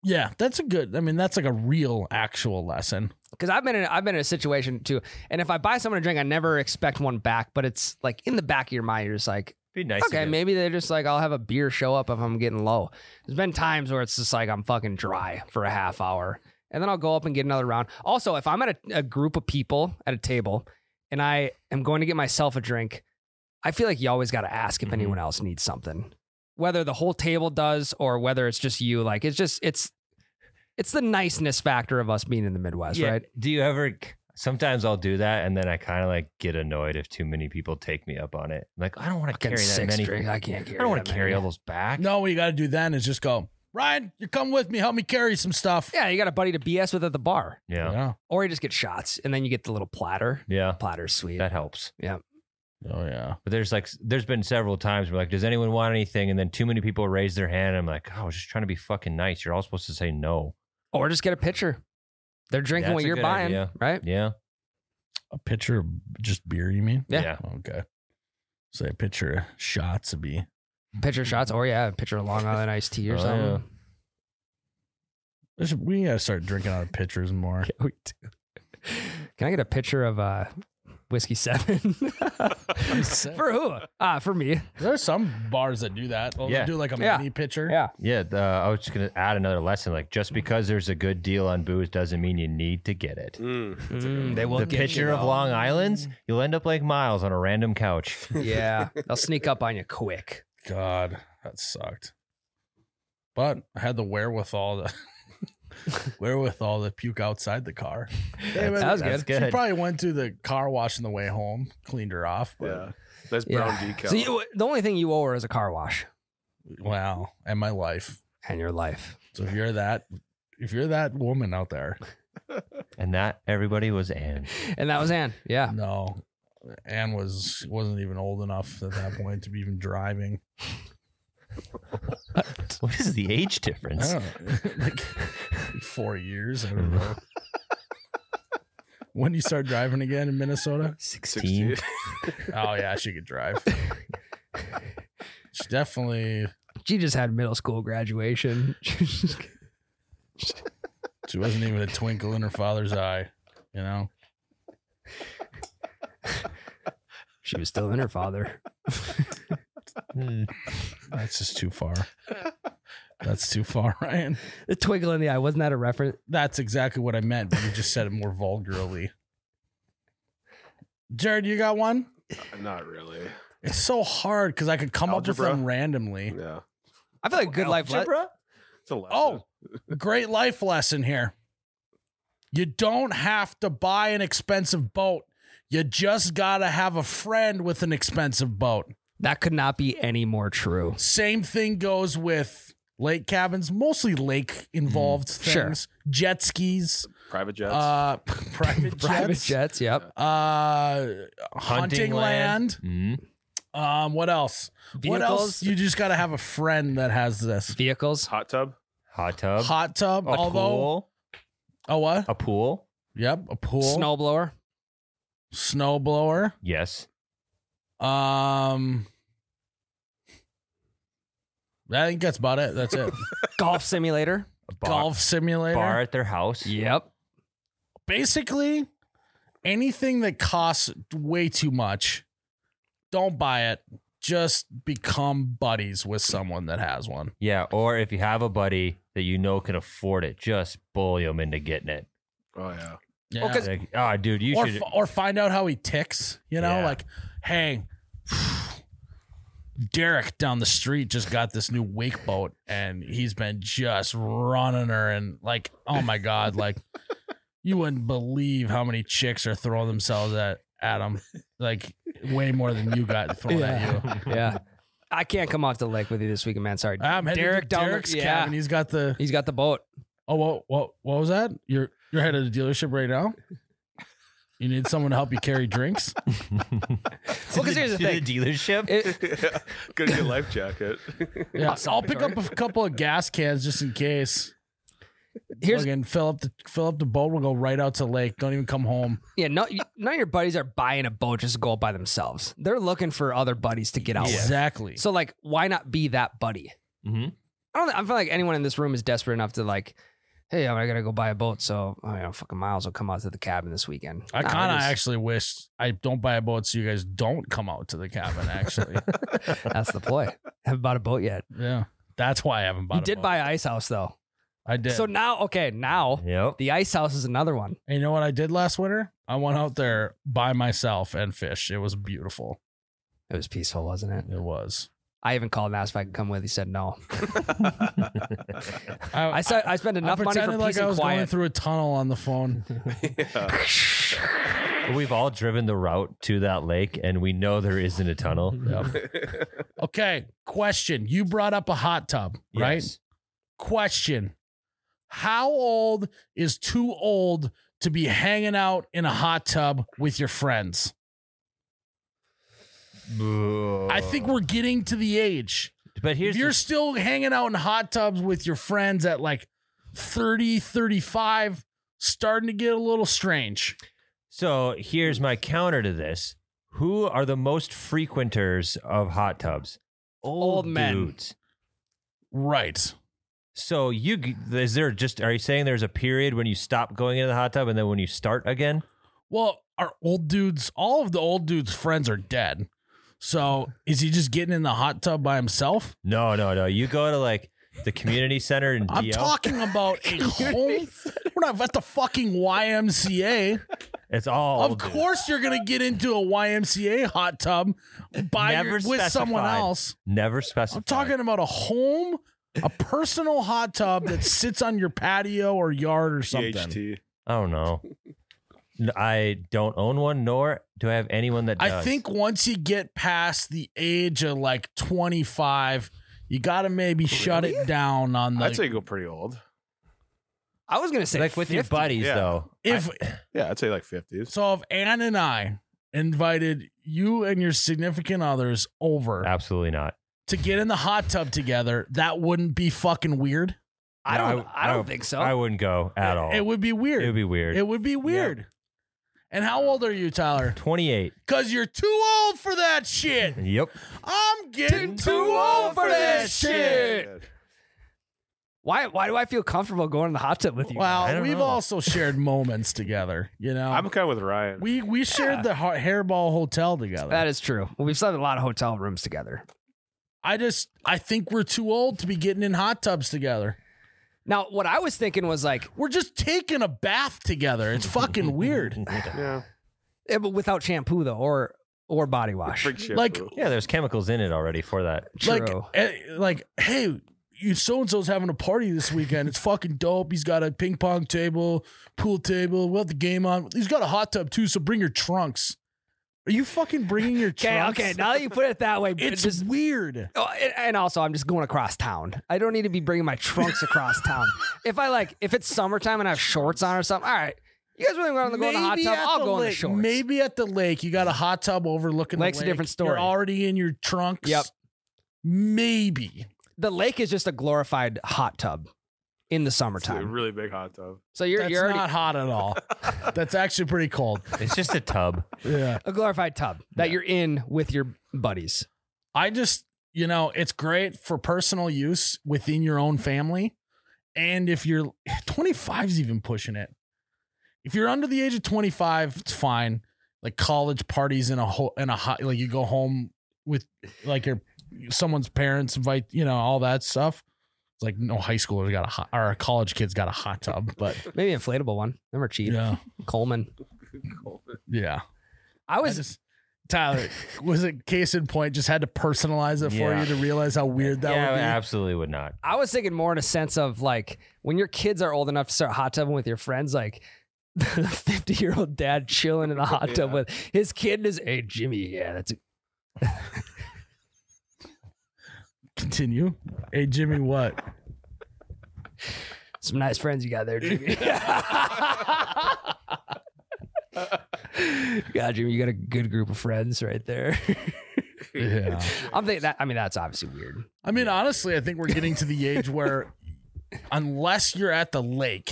S1: yeah, that's a good. I mean, that's like a real actual lesson.
S2: Because I've been in I've been in a situation too, and if I buy someone a drink, I never expect one back. But it's like in the back of your mind, you're just like,
S3: Be nice.
S2: okay,
S3: to do.
S2: maybe they're just like, I'll have a beer show up if I'm getting low. There's been times where it's just like I'm fucking dry for a half hour, and then I'll go up and get another round. Also, if I'm at a, a group of people at a table, and I am going to get myself a drink, I feel like you always got to ask if
S3: Mhm.
S2: anyone else needs something, whether the whole table does or whether it's just you. Like it's just it's. It's the niceness factor of us being in the Midwest,
S3: Yeah.
S2: right?
S3: Do you ever? Sometimes I'll do that, and then I kind of like get annoyed if too many people take me up on it. like I don't want to
S2: Fucking
S3: carry that
S2: six
S3: many.
S2: drink, I can't
S3: I
S2: carry.
S3: don't want
S2: that
S3: to
S2: many.
S3: carry all those back.
S1: No, what you got to do then is just go, Ryan, you come with me, help me carry some stuff.
S2: Yeah, you got a buddy to BS with at the bar,
S3: Yeah,
S1: Yeah.
S2: or you just get shots, and then you get the little platter.
S3: yeah,
S2: Platter's sweet.
S3: that helps.
S1: Oh yeah.
S3: But there's like, there's been several times where like, does anyone want anything? And then too many people raise their hand. And I'm like, oh, I was just trying to be fucking nice. You're all supposed to say no.
S2: or just get a pitcher. They're drinking
S3: That's
S2: what
S3: a
S2: you're
S3: good
S2: buying,
S3: idea.
S2: right?
S3: Yeah.
S1: A pitcher of just beer, you mean?
S2: Yeah.
S1: Okay. Say a pitcher of shots would be.
S2: Pitcher shots, or yeah, a pitcher of Long Island iced tea or
S3: Oh,
S2: something.
S1: There's- We gotta start drinking out of pitchers more.
S2: Oh, Yeah, we do. Can I get a pitcher of uh, whiskey seven? for who? Ah, for me.
S1: There's some bars that do that. Well,
S3: Yeah.
S1: They do like a
S2: Yeah.
S1: mini pitcher.
S2: Yeah.
S3: Yeah. Uh, I was just going to add another lesson. Like, just because there's a good deal on booze doesn't mean you need to get it.
S4: Mm, that's a good
S2: Mm,
S4: one.
S2: they will
S3: the
S2: get
S3: picture
S2: you
S3: of
S2: though.
S3: Long Island's, you'll end up like Miles on a random couch.
S2: Yeah, they'll sneak up on you quick.
S1: God, that sucked. But I had the wherewithal to wherewithal to puke outside the car. Hey, man,
S2: That was
S3: That's
S1: She probably went to the car wash on the way home, cleaned her off. But
S4: Yeah. That's
S2: Yeah.
S4: brown decal.
S2: So you, the only thing you owe her is a car wash
S1: wow, and my life.
S2: and your life.
S1: So if you're that, if you're that woman out there,
S3: and that everybody was Anne.
S2: And that was Ann. Yeah.
S1: no, Anne was wasn't even old enough at that point to be even driving.
S2: What?
S3: What is the age difference?
S1: I don't know, like four years. I don't know. when do you start driving again in Minnesota?
S3: 16.
S1: Oh yeah, she could drive. She definitely.
S2: She just had middle school graduation.
S1: She wasn't even a twinkle in her father's eye. You know.
S2: she was still in her father.
S3: Hmm.
S1: That's just too far. That's too far, Ryan.
S2: The twinkle in the eye wasn't that a reference?
S1: That's exactly what I meant, but you just said it more vulgarly. Jared, you got one?
S4: Uh, Not really.
S1: It's so hard because I could come up
S4: Algebra.
S1: with them randomly.
S4: Yeah.
S2: I feel like good life. le-
S3: Algebra?
S4: It's a lesson.
S1: Oh, great life lesson here. You don't have to buy an expensive boat. You just got to have a friend with an expensive boat.
S2: that could not be any more true.
S1: Same thing goes with lake cabins, mostly lake involved
S2: Mm, Sure.
S1: things, jet skis,
S4: private jets.
S1: uh, private jets.
S2: Private jets. Yep.
S1: uh hunting, land.
S3: Hmm.
S1: um what else what else you just gotta have a friend that has this
S2: Vehicles.
S4: Hot tub.
S3: Hot tub.
S1: hot tub
S3: a
S1: although
S3: pool.
S1: oh what
S3: A pool.
S1: yep a pool
S2: Snowblower.
S1: snow blower
S3: Yes.
S1: um I think that's about it. That's it.
S2: Golf simulator.
S3: A bar,
S1: Golf simulator.
S3: bar at their house.
S2: Yep.
S1: Basically, anything that costs way too much, don't buy it. Just become buddies with someone that has one.
S3: Yeah, or if you have a buddy that you know can afford it, just bully him into getting it.
S4: Oh yeah.
S1: Yeah.
S2: Well, 'cause
S3: Like, oh, dude, you
S1: or,
S3: should.
S1: f- or find out how he ticks. You know,
S3: Yeah.
S1: like, hey, Derek down the street just got this new wake boat, and he's been just running her, and like, oh my god, like, you wouldn't believe how many chicks are throwing themselves at at him, like, way more than you got thrown at you.
S2: yeah. I can't come off the lake with you this weekend, man. Sorry.
S1: I'm headed
S2: Derek
S1: to
S2: down the-
S1: Derek's
S2: yeah.
S1: cabin. He's got the
S2: He's got the boat.
S1: oh what what what was that? You're you're headed to the dealership right now. You need someone to help you carry drinks.
S2: Well, 'cause here's the
S3: To
S2: thing.
S3: dealership.
S2: It,
S4: Gonna get life jacket.
S1: Yeah,
S2: Awesome.
S1: I'll pick up a couple of gas cans just in case.
S2: here's
S1: Again, fill up the fill up the boat. We'll go right out to lake. Don't even come home.
S2: yeah. No, you- none of your buddies are buying a boat just to go out by themselves. They're looking for other buddies to get out with.
S1: Exactly.
S2: So like, why not be that buddy?
S3: hmm
S2: I don't. I feel like anyone in this room is desperate enough to like. Hey, I'm gonna go buy a boat, so I don't know, fucking miles will come out to the cabin this weekend.
S1: I
S2: Nah,
S1: kind of
S2: just-
S1: actually wish I don't buy a boat so you guys don't come out to the cabin. Actually,
S2: That's the play. Haven't bought a boat yet.
S1: yeah, that's why I haven't bought.
S2: you
S1: a
S2: did
S1: boat.
S2: buy Ice House though.
S1: I did.
S2: So
S1: So
S2: now, okay, now
S3: Yep.
S2: the Ice House is another one.
S1: you know what I did last winter? I went out there by myself and fished. It was beautiful.
S2: It was peaceful, wasn't it?
S1: It was.
S2: I even called and asked if I could come with. He said no.
S1: I,
S2: I said I spent enough money for
S1: pretended Oh, like
S2: peace
S1: I
S2: and
S1: was going
S2: quiet.
S1: through a tunnel on the phone.
S4: yeah.
S3: We've all driven the route to that lake, and we know there isn't a tunnel.
S1: Yep. okay, question. You brought up a hot tub, right?
S3: Yes.
S1: question how old is too old to be hanging out in a hot tub with your friends i think we're getting to the age
S3: But here's
S1: if you're
S3: the-
S1: still hanging out in hot tubs with your friends at like 30 35 starting to get a little strange
S3: so here's my counter to this: Who are the most frequenters of hot tubs?
S2: Old men.
S3: dudes.
S1: right
S3: So you g- is there just are you saying there's a period when you stop going into the hot tub and then when you start again?
S1: well our old dudes all of the old dudes friends are dead so is he just getting in the hot tub by himself
S3: No, no, no. You go to like the community center and
S1: I'm
S3: DL.
S1: talking about a home. We're not at the fucking YMCA.
S3: It's all
S1: of
S3: old dudes.
S1: course, you're gonna get into a YMCA hot tub by
S3: Never
S1: your- with someone
S3: specified.
S1: else.
S3: Never specified.
S1: I'm talking about a home, a personal hot tub that sits on your patio or yard or something.
S4: PHT.
S3: I don't know. N- I don't own one, nor do I have anyone that does.
S1: I think once you get past the age of like 25, you gotta maybe shut it down on the.
S4: I'd say go pretty old.
S2: I was gonna say
S3: like with your
S2: 50.
S3: buddies
S4: Yeah.
S3: though.
S1: if
S4: Yeah, I'd say like fifties.
S1: so, if Ann and I invited you and your significant others over.
S3: Absolutely not.
S1: to get in the hot tub together, that wouldn't be fucking weird.
S2: I
S3: No,
S2: don't. I, don't think so.
S3: I wouldn't go at all.
S1: It would be weird.
S3: It would be weird.
S1: It would be weird. And how old are you, Tyler?
S3: 28.
S1: Cause you're too old for that shit.
S3: Yep.
S1: I'm getting too, old for that shit.
S2: why? Why do I feel comfortable going in the hot tub with you?
S3: I
S1: Well,
S3: don't
S1: we've
S3: know.
S1: also shared moments together. You know,
S4: I'm kind of with Ryan.
S1: we we shared the ha- hairball hotel together.
S2: that is true. Well, we've slept in a lot of hotel rooms together.
S1: I just I think we're too old to be getting in hot tubs together.
S2: Now, what I was thinking was like,
S1: We're just taking a bath together. It's fucking weird.
S4: yeah.
S2: eh, but without shampoo though, or or body wash.
S4: Big shit.
S1: Like-
S4: bro.
S3: Yeah, there's chemicals in it already for that.
S2: True.
S1: Like eh, like hey. You so and so's having a party this weekend. It's fucking dope. He's got a ping pong table, pool table. We'll have the game on. He's got a hot tub too. So bring your trunks. Are you fucking bringing your
S2: okay.
S1: trunks?
S2: Okay. Now that you put it that way,
S1: It's
S2: just
S1: weird.
S2: Oh, and, and also, I'm just going across town. I don't need to be bringing my trunks across town. If I like, if it's summertime and I have shorts on or something, all right. You guys really want to go in the hot tub?
S1: at
S2: I'll
S1: the
S2: go in the
S1: lake-
S2: shorts.
S1: Maybe at the lake, you got a hot tub overlooking
S2: Lake's a
S1: the lake.
S2: different story.
S1: You're already in your trunks.
S2: Yep.
S1: Maybe.
S2: the lake is just a glorified hot tub in the
S4: It's a
S2: summertime.
S4: really big hot tub.
S2: So you're
S1: That's
S2: you're already
S1: not hot at all. That's actually pretty cold.
S3: It's just a tub.
S1: Yeah.
S2: a glorified tub that
S1: Yeah.
S2: you're in with your buddies.
S1: I just, you know, it's great for personal use within your own family. And if you're 25 is even pushing it. If you're under the age of 25, it's fine. Like college parties in a whole in a hot like you go home with like your someone's parents invite, you know, all that stuff. It's like no high schooler's got a hot or a college kid's got a hot tub, but
S2: Maybe inflatable one. Them are cheap.
S1: yeah.
S2: Coleman.
S1: Yeah.
S2: I
S1: I
S2: was
S1: just Tyler, was it case in point? Just had to personalize it
S3: Yeah.
S1: for you to realize how weird that
S3: yeah,
S1: would be.
S3: absolutely would not.
S2: I was thinking more in a sense of like when your kids are old enough to start hot tubbing with your friends, like the 50 year old dad chilling in a hot tub
S4: Yeah.
S2: with his kid is, hey, Jimmy, yeah, that's it.
S1: Continue. Hey Jimmy, what?
S2: some nice friends you got there, Jimmy. God, Jimmy, you got a good group of friends right there.
S1: Yeah.
S2: I'm thinking that, I mean, that's obviously weird.
S1: I mean, honestly, I think we're getting to the age where, unless you're at the lake,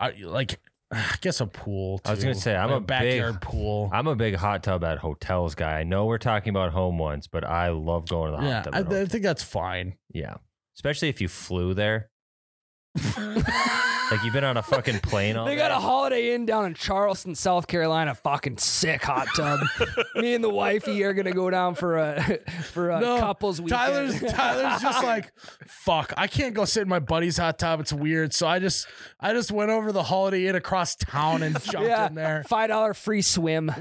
S1: I like, I guess a pool.
S3: I was
S1: too.
S3: gonna say, I'm
S1: Like
S3: a big-
S1: backyard pool.
S3: I'm a big hot tub at hotels guy. I know we're talking about home ones, but I love going to the
S1: yeah,
S3: hot tub.
S1: I,
S3: at home.
S1: I think that's fine.
S3: yeah. Especially if you flew there. Like you've been on a fucking plane all
S2: They got
S3: day.
S2: a Holiday Inn down in Charleston, South Carolina. Fucking sick hot tub. Me and the wifey are gonna go down for a for a
S1: No,
S2: couples weekend.
S1: Oh, Tyler's Tyler's just like, fuck, I can't go sit in my buddy's hot tub. It's weird. So I just I just went over the Holiday Inn across town and jumped
S2: Yeah.
S1: in there.
S2: five dollar free swim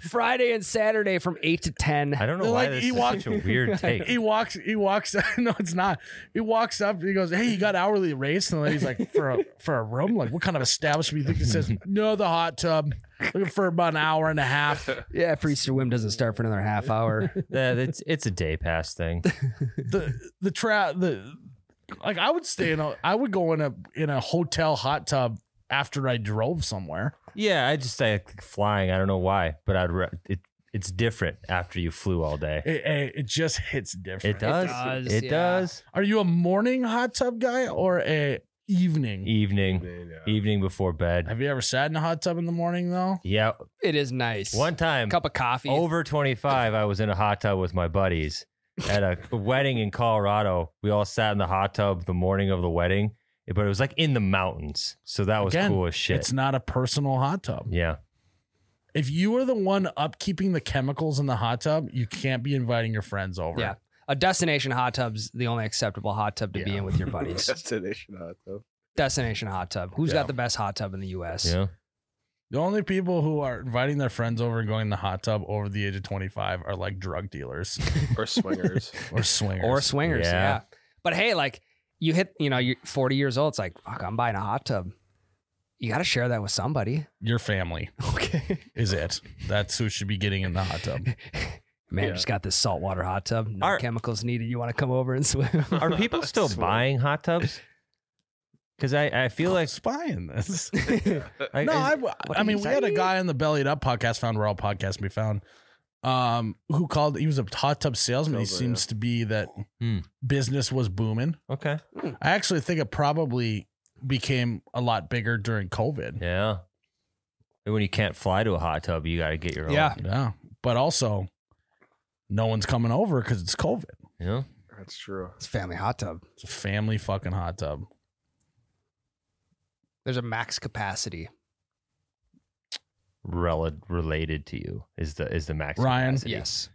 S2: Friday and Saturday from eight to ten.
S3: I don't know
S1: They're
S3: why
S1: like
S3: this is
S1: Ewok-
S3: such a weird take.
S1: he walks he walks no it's not he walks up he goes hey you got hourly rates and the lady's like for a for a room like what kind of establishment do you think it says no the hot tub looking for about an hour and a half
S2: Yeah, free swim doesn't start for another half hour.
S3: Yeah, it's it's a day pass thing.
S1: the the tra the like I would stay in a I would go in a in a hotel hot tub after I drove somewhere
S3: Yeah, I just I like flying. I don't know why, but I'd re- it, it's different after you flew all day.
S1: it, it, it just hits different
S3: It does. It
S2: does,
S3: does.
S2: yeah.
S1: are you a morning hot tub guy or a evening
S3: E- Evening,
S4: Yeah.
S3: evening before bed.
S1: have you ever sat in a hot tub in the morning though
S3: Yeah,
S2: It is nice.
S3: one time
S2: cup of coffee.
S3: over 25, I was in a hot tub with my buddies at a wedding in Colorado. We all sat in the hot tub the morning of the wedding, but it was like in the mountains, so that was
S1: Again,
S3: cool as shit.
S1: it's not a personal hot tub
S3: yeah,
S1: if you are the one upkeeping the chemicals in the hot tub you can't be inviting your friends over
S2: Yeah. A destination hot tub's the only acceptable hot tub to be
S1: Yeah.
S2: in with your buddies.
S4: Destination hot tub.
S2: destination hot tub. Who's
S1: Yeah.
S2: got the best hot tub in the U.S.?
S3: yeah.
S1: the only people who are inviting their friends over and going in the hot tub over the age of 25 are like drug dealers
S4: Or swingers.
S1: or swingers
S2: Or swingers. Yeah.
S3: Yeah.
S2: But hey, like you hit, you know, you're 40 years old. It's like, fuck, I'm buying a hot tub. You got to share that with somebody.
S1: your family
S2: Okay.
S1: is it. That's who should be getting in the hot tub.
S2: Man,
S4: Yeah.
S2: just got this saltwater hot tub. No
S3: Are-
S2: chemicals needed. You want to come over and swim?
S3: Are people still
S4: Sweet.
S3: buying hot tubs? Oh, Because I, I feel like
S1: Spying this.
S3: I,
S1: No, I, I
S2: are
S1: mean,
S2: you
S1: we had a
S2: saying?
S1: guy on the Bellied Up podcast found where all podcasts can be found. um, who called. He was a hot tub salesman. he
S4: Salesman,
S1: seems to be that
S3: Hmm.
S1: business was booming.
S3: Okay.
S1: I actually think it probably became a lot bigger during COVID.
S3: Yeah. And When you can't fly to a hot tub, you got to get your own.
S2: Yeah.
S1: Yeah, but also, no one's coming over because it's COVID.
S3: Yeah.
S4: That's true.
S2: It's a family hot tub.
S1: It's a family fucking hot tub.
S2: There's a max capacity.
S3: Rel- related to you is the is the max.
S1: Ryan.
S3: capacity.
S2: Yes.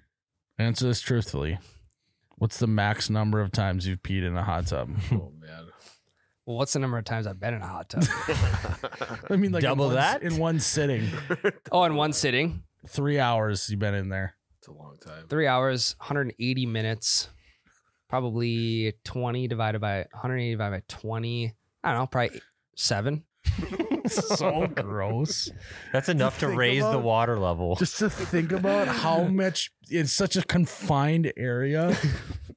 S1: Answer this truthfully. What's the max number of times you've peed in a hot tub?
S4: Oh man.
S2: Well, what's the number of times I've been in a hot tub?
S1: I mean, like in
S3: Double
S1: one-
S3: that?
S1: in one sitting,
S2: oh, in one sitting,
S1: three hours you've been in there.
S4: It's a long time.
S2: three hours, 180 minutes, probably 20 divided by 180 divided by 20. I don't know, probably seven.
S1: so gross.
S3: That's enough to
S1: Think
S3: raise the
S1: about-
S3: water level.
S1: Just to think about how much it's such a confined area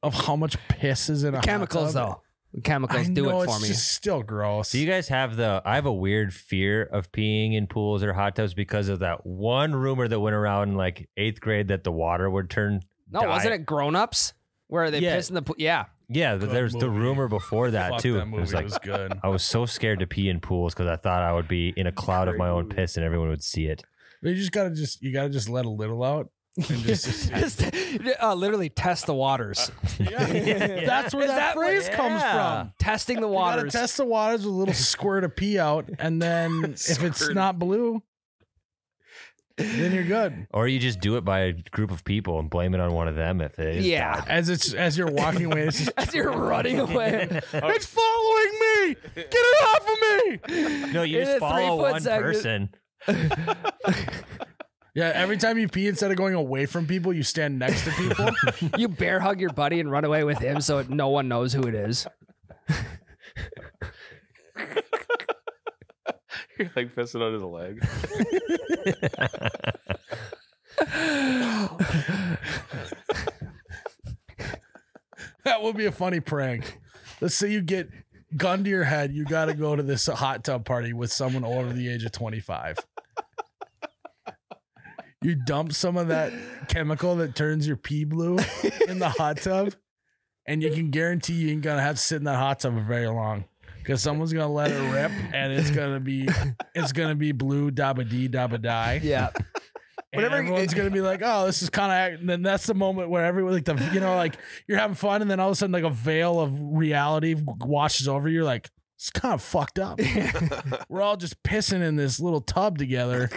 S1: of how much piss is in a
S2: Chemicals,
S1: hot tub.
S2: though. Chemicals
S1: I
S2: do
S1: know,
S2: it for
S1: it's
S2: me.
S1: Just still gross.
S3: Do you guys have the? I have a weird fear of peeing in pools or hot tubs because of that one rumor that went around in like eighth grade that the water would turn.
S2: no,
S3: dye-
S2: wasn't it grown ups where they
S3: Yeah.
S2: piss in the pool? Yeah.
S3: Yeah, but
S1: Good
S3: there's the
S1: movie.
S3: rumor before that
S1: Fuck,
S3: too.
S1: That
S3: it
S1: movie
S3: was like
S1: was good.
S3: I was so scared to pee in pools because I thought I would be in a cloud of my own piss and everyone would see it.
S1: you just gotta just you gotta just let a little out. And just-
S2: Just, uh, literally test the waters.
S3: Yeah.
S1: That's where
S2: Is
S1: that,
S2: that what-
S1: phrase comes
S3: Yeah.
S1: from.
S2: Testing the
S1: You
S2: waters.
S1: gotta test the waters with a little squirt of pee out, and then if it's
S4: Squirt.
S1: not blue, then you're good.
S3: Or you just do it by a group of people and blame it on one of them if it is.
S2: Yeah.
S1: As it's as you're walking away, it's just
S2: As you're running away.
S3: bad.
S1: it's following me. Get it off of me.
S3: no, you
S2: In a
S3: just follow
S2: three-foot
S3: one
S2: segment-
S3: person.
S1: Yeah, every time you pee, instead of going away from people, you stand next to people.
S2: you bear hug your buddy and run away with him so no one knows who it is.
S4: You're like pissing on his leg.
S1: that would be a funny prank. Let's say you get gun to your head, you got to go to this hot tub party with someone over the age of 25. You dump some of that chemical that turns your pee blue in the hot tub, and you can guarantee you ain't gonna have to sit in that hot tub for very long because someone's gonna let it rip, and it's gonna be it's gonna be blue dabba dee dabba die.
S2: Yeah.
S1: And
S2: Whenever-
S1: everyone's gonna be like, "Oh, this is kind of," and then that's the moment where everyone, like the, you know, like you're having fun, and then all of a sudden, like a veil of reality washes over you. You're like, "It's kind of fucked up." We're all just pissing in this little tub together.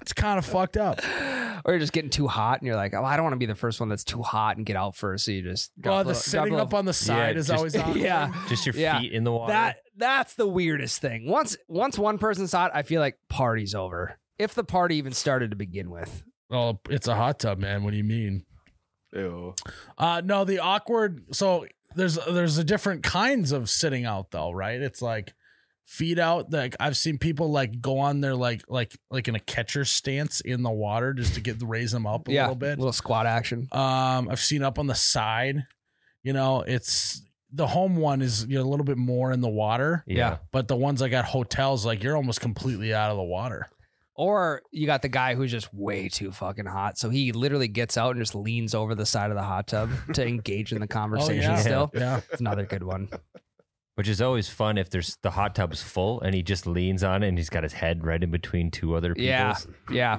S1: it's kind of fucked up.
S2: or you're just getting too hot and you're like, oh, I don't want to be the first one that's too hot and get out first. So you just drop
S1: Well,
S2: a
S1: the
S2: little- drop a
S1: sitting up
S2: little-
S1: on the side is
S3: just-
S1: always on.
S2: yeah.
S3: Just your
S2: Yeah.
S3: feet in the water.
S2: That that's the weirdest thing. Once once one person's hot, I feel like party's over. If the party even started to begin with.
S1: Well, it's a hot tub, man. What do you mean?
S4: Ew.
S1: Uh, no, the awkward. So there's there's a different kinds of sitting out though, right? It's like feet out. Like I've seen people like go on their like like like in a catcher stance in the water just to get raise them up a
S2: yeah.
S1: little bit.
S2: Little squat action.
S1: Um, I've seen up on the side. You know, it's the home one is you know, a little bit more in the water,
S3: yeah.
S1: but the ones like at hotels, like you're almost completely out of the water.
S2: Or you got the guy who's just way too fucking hot. So he literally gets out and just leans over the side of the hot tub to engage in the conversation
S1: Oh, yeah.
S2: still.
S1: Yeah.
S2: It's another good one.
S3: Which is always fun if there's the hot tub's full and he just leans on it and he's got his head right in between two other people's.
S2: Yeah. Yeah.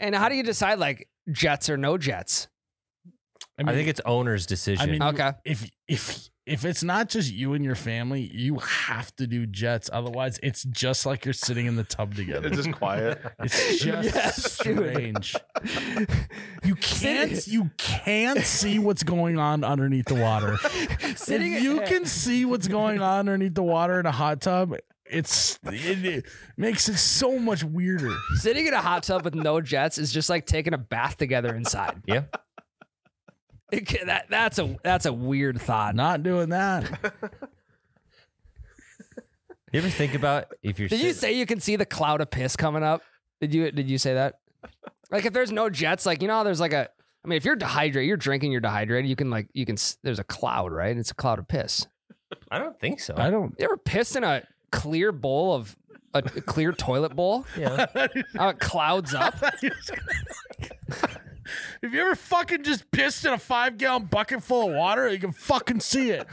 S2: And how do you decide like jets or no jets?
S1: I,
S3: I, think it's owner's decision.
S1: mean-
S2: Okay.
S1: if if if it's not just you and your family, you have to do jets. Otherwise, it's just like you're sitting in the tub together.
S4: It's just quiet.
S1: It's just
S2: Yes, dude.
S1: strange. You can't you can't see what's going on underneath the water.
S2: Sitting-
S1: If you can see what's going on underneath the water in a hot tub, it's it, it makes it so much weirder.
S2: Sitting in a hot tub with no jets is just like taking a bath together inside.
S3: Yeah.
S2: It ca- that that's a that's a weird thought.
S1: Not doing that.
S3: you ever think about if you're
S2: Did you
S3: sit-
S2: say you can see the cloud of piss coming up? Did you did you say that? Like if there's no jets, like you know, how there's like a. I mean, if you're dehydrated, you're drinking, you're dehydrated. You can like you can. s- There's a cloud, right? And it's a cloud of piss.
S3: I don't think so.
S1: I don't.
S2: You ever pissed in a clear bowl of a, a clear toilet bowl?
S3: yeah.
S2: How it clouds up.
S1: If you ever fucking just pissed in a five gallon bucket full of water, you can fucking see it.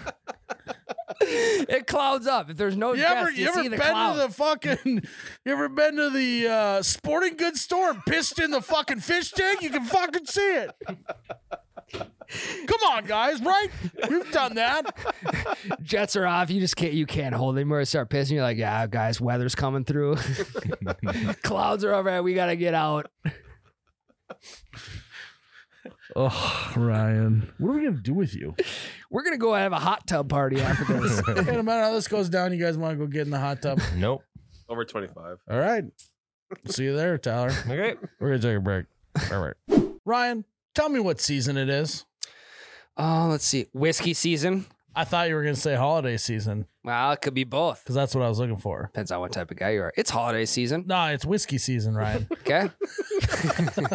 S2: It clouds up. If there's no
S1: You
S2: dust,
S1: ever
S2: you,
S1: you ever
S2: see the
S1: been
S2: cloud.
S1: to the fucking you ever been to the uh, sporting goods store and pissed in the fucking fish tank? You can fucking see it. Come on, guys, right? We've done that.
S2: Jets are off. You just can't. You can't hold anymore. You start pissing. You're like, yeah, guys, weather's coming through. Clouds are over. We gotta get out.
S1: Oh, Ryan. What are we gonna do with you?
S2: We're gonna go have a hot tub party after this.
S1: no matter how this goes down, you guys wanna go get in the hot tub.
S3: Nope.
S4: Over 25.
S1: All right. See you there, Tyler.
S3: Okay.
S1: We're gonna take a break. All right. Ryan, tell me what season it is.
S2: oh, let's see. Whiskey season.
S1: I thought you were gonna say holiday season
S2: Well, it could be both.
S1: because that's what I was looking for.
S2: Depends on what type of guy you are. It's holiday season.
S1: Nah, it's whiskey season, Ryan.
S2: Okay.
S1: and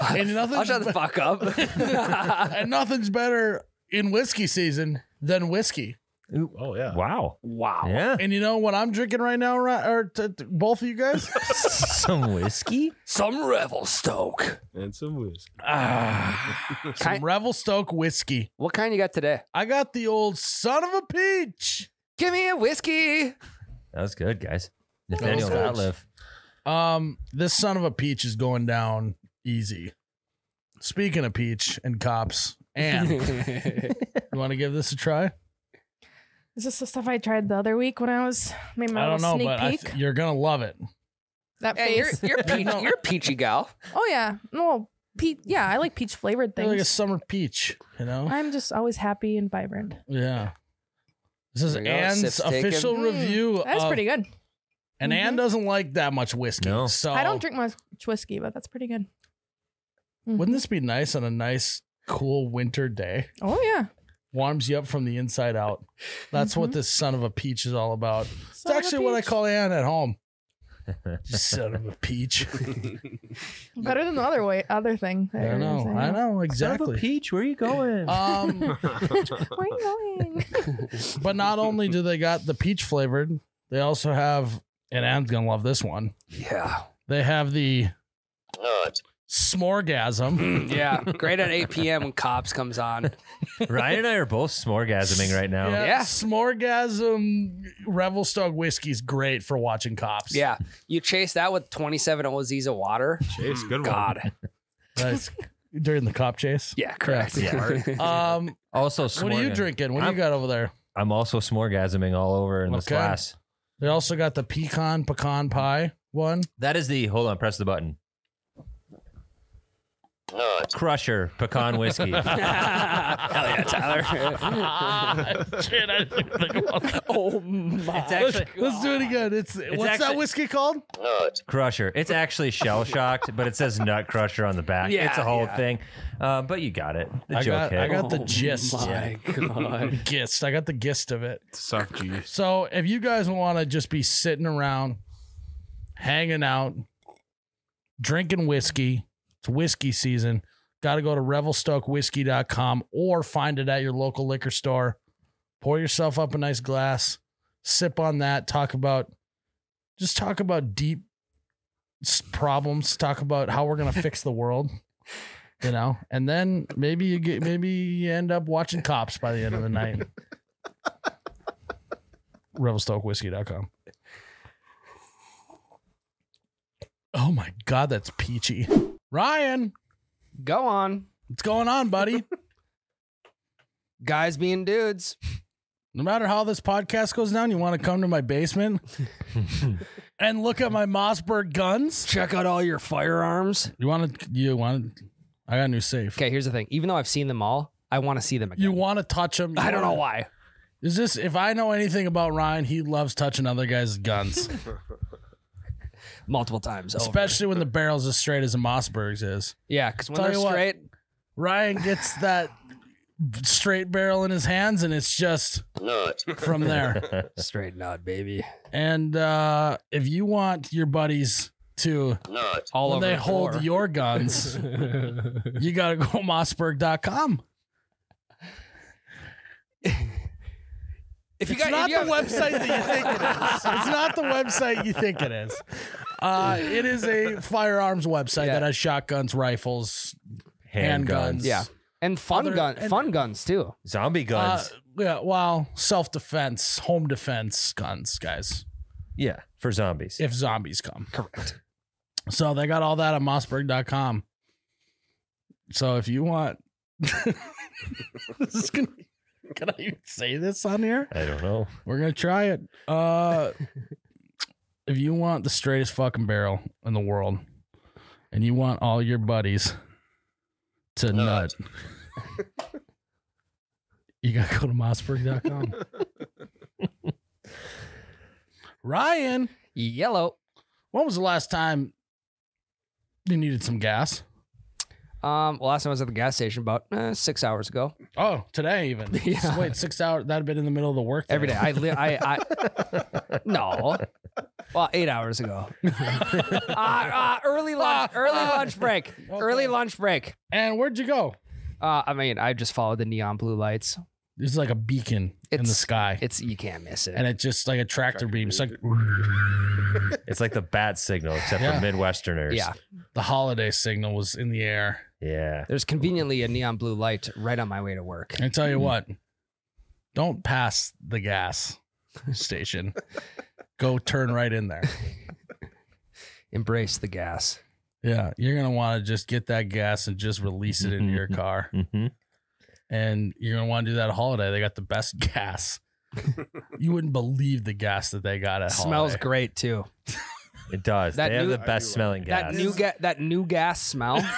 S2: I'll
S1: nothing's,
S2: shut the fuck up.
S1: and nothing's better in whiskey season than whiskey.
S4: Oh, yeah.
S3: Wow.
S2: wow.
S3: Yeah.
S1: And you know what I'm drinking right now, Ri- or t- t- both of you guys?
S3: Some whiskey.
S2: Some revel stoke.
S4: And some whiskey.
S1: Ah, some
S2: Ki-
S1: Revelstoke whiskey.
S2: What kind you got today?
S1: I got the old son of a peach.
S2: Give me a whiskey.
S3: That was good, guys.
S1: was
S3: Nathaniel
S1: good.
S3: Ratliff.
S1: Um, this son of a peach is going down easy. Speaking of peach and cops, and you want to give this a try?
S5: Is this the stuff I tried the other week when I was made my
S1: I don't
S5: little
S1: know,
S5: sneak
S1: but I
S5: peek?
S1: th- you're gonna love it.
S5: that
S2: Hey, you're
S5: face.
S2: you're peachy,
S1: No.
S2: you're a peachy gal.
S5: oh yeah, no peach. Yeah, I like peach flavored
S1: It's like a
S5: things.
S1: summer peach, you know?
S5: I'm just always happy and vibrant.
S1: Yeah. This is
S2: There we go,
S1: Anne's
S2: sip's taken.
S1: official
S5: Mm,
S1: review.
S5: That's
S1: of-
S5: pretty good.
S1: And Anne
S5: Mhm.
S1: doesn't like that much whiskey.
S3: No.
S1: So
S5: I don't drink much whiskey, but that's pretty good. Mhm.
S1: Wouldn't this be nice on a nice, cool winter day?
S5: Oh yeah,
S1: Warms you up from the inside out. That's what
S5: Mhm.
S1: this son of a peach is all about. It's
S5: Son of a
S1: actually what I
S5: peach.
S1: call Anne at home. son of a peach.
S5: better than the other way, other thing. that
S1: I
S5: you're
S1: know.
S5: saying.
S1: I know
S3: Son of a
S1: exactly.
S3: peach. Where are you going?
S1: Um,
S5: Where you going?
S1: but not only do they got the peach flavored, they also have, and Anne's gonna love this one.
S2: Yeah.
S1: They have the smorgasm.
S2: Yeah. Great at 8 p.m. when cops comes on.
S3: Ryan and I are both smorgasming right now.
S1: Yeah.
S2: Yeah.
S1: Smorgasm Revelstoke whiskey is great for watching cops.
S2: Yeah. You chase that with 27 OZs of water.
S4: Chase, good
S2: God.
S1: That's- during the cop chase.
S2: Yeah, correct.
S3: Yeah.
S1: Um,
S3: Also,
S1: what are you
S3: smorgan-
S1: drinking? What do you
S3: I'm-
S1: got over there?
S3: I'm also smorgasming all over in this
S1: Okay.
S3: class.
S1: They also got the pecan pecan pie one.
S3: That is the hold on, press the button. Crusher pecan whiskey.
S2: Hell yeah, Tyler.
S1: Shit, I didn't think about that.
S2: oh my. It's
S1: Let's,
S3: actually-
S1: let's do it again. It's, what's that
S3: actually-
S1: whiskey called?
S3: Crusher. It's actually shell shocked, but it says nut crusher on the back.
S2: Yeah,
S3: it's a whole
S2: yeah.
S3: thing. Uh, but you got it. The
S1: I
S3: joke
S1: got-
S3: hit.
S1: I got the gist.
S2: Oh My God.
S1: Gist. I got the gist of it.
S4: Suck G.
S1: So if you guys want to just be sitting around, hanging out, drinking whiskey, it's whiskey season. Got to go to revelstokewhiskey.com or find it at your local liquor store. Pour yourself up a nice glass, sip on that, talk about just talk about deep s- problems, talk about how we're going to fix the world. You know, and then maybe you get maybe you end up watching cops by the end of the night revelstokewhiskey.com. Oh my god, that's peachy. Ryan,
S2: Go on.
S1: what's going on, buddy?
S2: Guys being dudes.
S1: No matter how this podcast goes down, you want to come to my basement and look at my Mossberg guns?
S2: Check out all your firearms.
S1: You want to you want to I got a new safe.
S2: Okay, here's the thing. Even though I've seen them all, I want to see them again.
S1: You want to touch them?
S2: I don't know why.
S1: Is this if I know anything about Ryan, he loves touching other guys' guns,
S2: Multiple times. over.
S1: especially when the barrel's as straight as a Mossberg's is.
S2: Yeah, because when
S1: Tell
S2: they're
S1: you what.
S2: straight,
S1: Ryan gets that straight barrel in his hands, and it's just from there.
S2: straight nod, baby.
S1: And uh, if you want your buddies to,
S2: All
S1: when
S2: over
S1: they
S2: the
S1: hold
S2: floor.
S1: your guns, you got to go Mossberg.com.
S2: If you
S1: It's
S2: got
S1: not
S2: if you
S1: the
S2: have-
S1: website that you think it is. It's not the website you think it is. Uh, it is a firearms website
S2: Yeah.
S1: that has shotguns, rifles, handguns.
S3: handguns,
S2: Yeah. and fun
S1: Other-
S2: gun,
S1: and-
S2: fun guns too.
S3: zombie
S1: Uh,
S3: guns.
S1: yeah, well, self defense, home defense guns, guys.
S3: yeah, for zombies.
S1: If zombies come.
S2: Correct.
S1: So they got all that on Mossberg.com. So if you want this is gonna can I even say this on here?
S3: I don't know.
S1: We're gonna try it. Uh if you want the straightest fucking barrel in the world and you want all your buddies to nut, you gotta go to Mossberg.com. Ryan,
S2: Yellow.
S1: when was the last time you needed some gas?
S2: Um, well, last time I was at the gas station about eh, six hours ago.
S1: Oh, today even.
S2: Yeah.
S1: Wait, six hours. That'd have been in the middle of the work.
S2: Every day, I li- I, I no, well, eight hours ago. uh, uh, early
S1: Ah,
S2: lunch, early
S1: ah.
S2: lunch break, early lunch break.
S1: And where'd you go?
S2: Uh, I mean, I just followed the neon blue lights.
S1: It's like a beacon in the
S2: It's-
S1: sky.
S2: It's you can't miss it.
S1: and it's just like a tractor beam. It's like
S3: It's like the bat signal, except
S1: Yeah.
S3: for Midwesterners.
S2: yeah,
S1: the holiday signal was in the air.
S3: Yeah.
S2: there's conveniently a neon blue light right on my way to work.
S1: I tell you what, don't pass the gas station. Go turn right in there.
S2: Embrace the gas.
S1: Yeah, you're gonna want to just get that gas and just release it in your car.
S3: hmm
S1: and you're gonna want to do that at holiday. They got the best gas. you wouldn't believe the gas that they got at
S2: Smells
S1: Holiday.
S2: great too.
S3: It does.
S2: That
S3: they have
S2: new-
S3: the best smelling gas.
S2: That new ga- that new gas smell.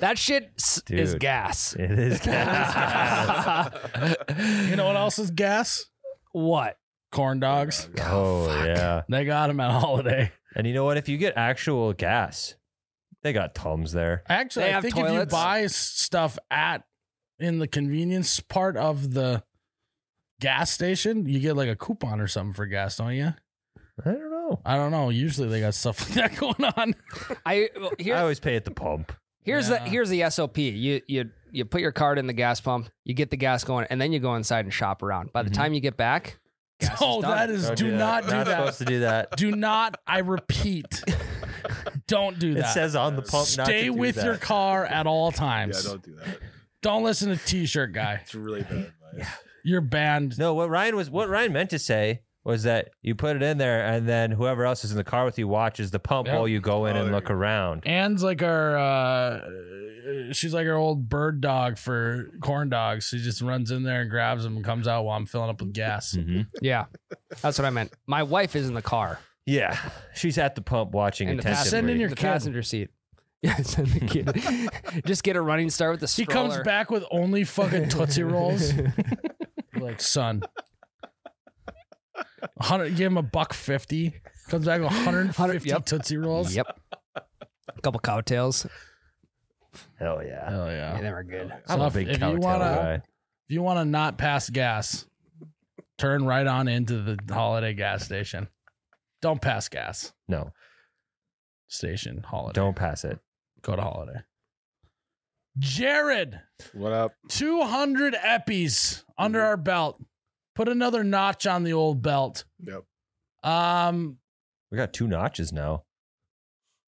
S2: that shit s- is
S3: Dude.
S2: gas.
S3: It is gas.
S1: You know what else is gas?
S2: what?
S1: Corn dogs.
S3: oh yeah.
S1: They got them at Holiday.
S3: And you know what? If you get actual gas, they got tums there.
S1: Actually,
S2: They
S1: I
S2: have
S1: think if you
S2: toilets?
S1: buy s- stuff at in the convenience part of the gas station, you get like a coupon or something for gas, don't you?
S3: I don't know.
S1: I don't know. Usually they got stuff like that going on.
S2: I well, here,
S3: I always pay at the pump.
S2: here's the
S1: Yeah.
S2: here's the SOP. You you you put your card in the gas pump, you get the gas going, and then you go inside and shop around. By the
S3: Mhm.
S2: time you get back, gas
S1: oh,
S2: is done.
S1: that is.
S3: Don't
S1: Do not do
S3: not
S1: that.
S3: supposed to do that.
S1: Do not. I repeat. Don't do that.
S3: It says on the pump. not to
S1: Stay
S3: do
S1: with
S3: that.
S1: your car at all times.
S4: Yeah,
S1: don't,
S4: don't do that.
S1: listen to T-shirt guy.
S4: It's really bad advice.
S1: You're banned.
S3: No, what Ryan was what Ryan meant to say was that you put it in there, and then whoever else is in the car with you watches the pump
S1: Yeah.
S3: while you go in
S4: Oh,
S3: and
S4: there
S3: look
S4: you go.
S3: around.
S1: Anne's like our, uh, she's like our old bird dog for corn dogs. She just runs in there and grabs them and comes out while I'm filling up with
S2: Hmm.
S1: gas.
S2: yeah, that's what I meant. My wife is in the car
S3: Yeah, she's at the pump watching
S2: in the,
S3: attentively.
S1: Send in
S2: passenger,
S1: your
S2: the
S1: kid.
S2: passenger seat. Yeah, send the kid. Just get a running start with the
S1: She
S2: stroller.
S1: comes back with only fucking tootsie rolls. like son, hundred. Give him a buck fifty. Comes back with 150
S2: yep.
S1: tootsie rolls.
S2: Yep. A couple cowtails.
S3: Hell yeah.
S1: Hell
S2: Yeah,
S1: yeah.
S2: they were good.
S3: I'm
S1: So
S3: a
S1: if-
S3: big
S1: if you
S3: cowtail
S1: wanna-
S3: guy.
S1: If you want to not pass gas, turn right on into the holiday gas station. Don't pass gas
S3: No,
S1: station. Holiday.
S3: don't pass it.
S1: go to holiday. Jared,
S4: What up?
S1: 200 eppies under
S4: Mhm.
S1: our belt. Put another notch on the old belt.
S4: Yep.
S1: Um,
S3: We got two notches now.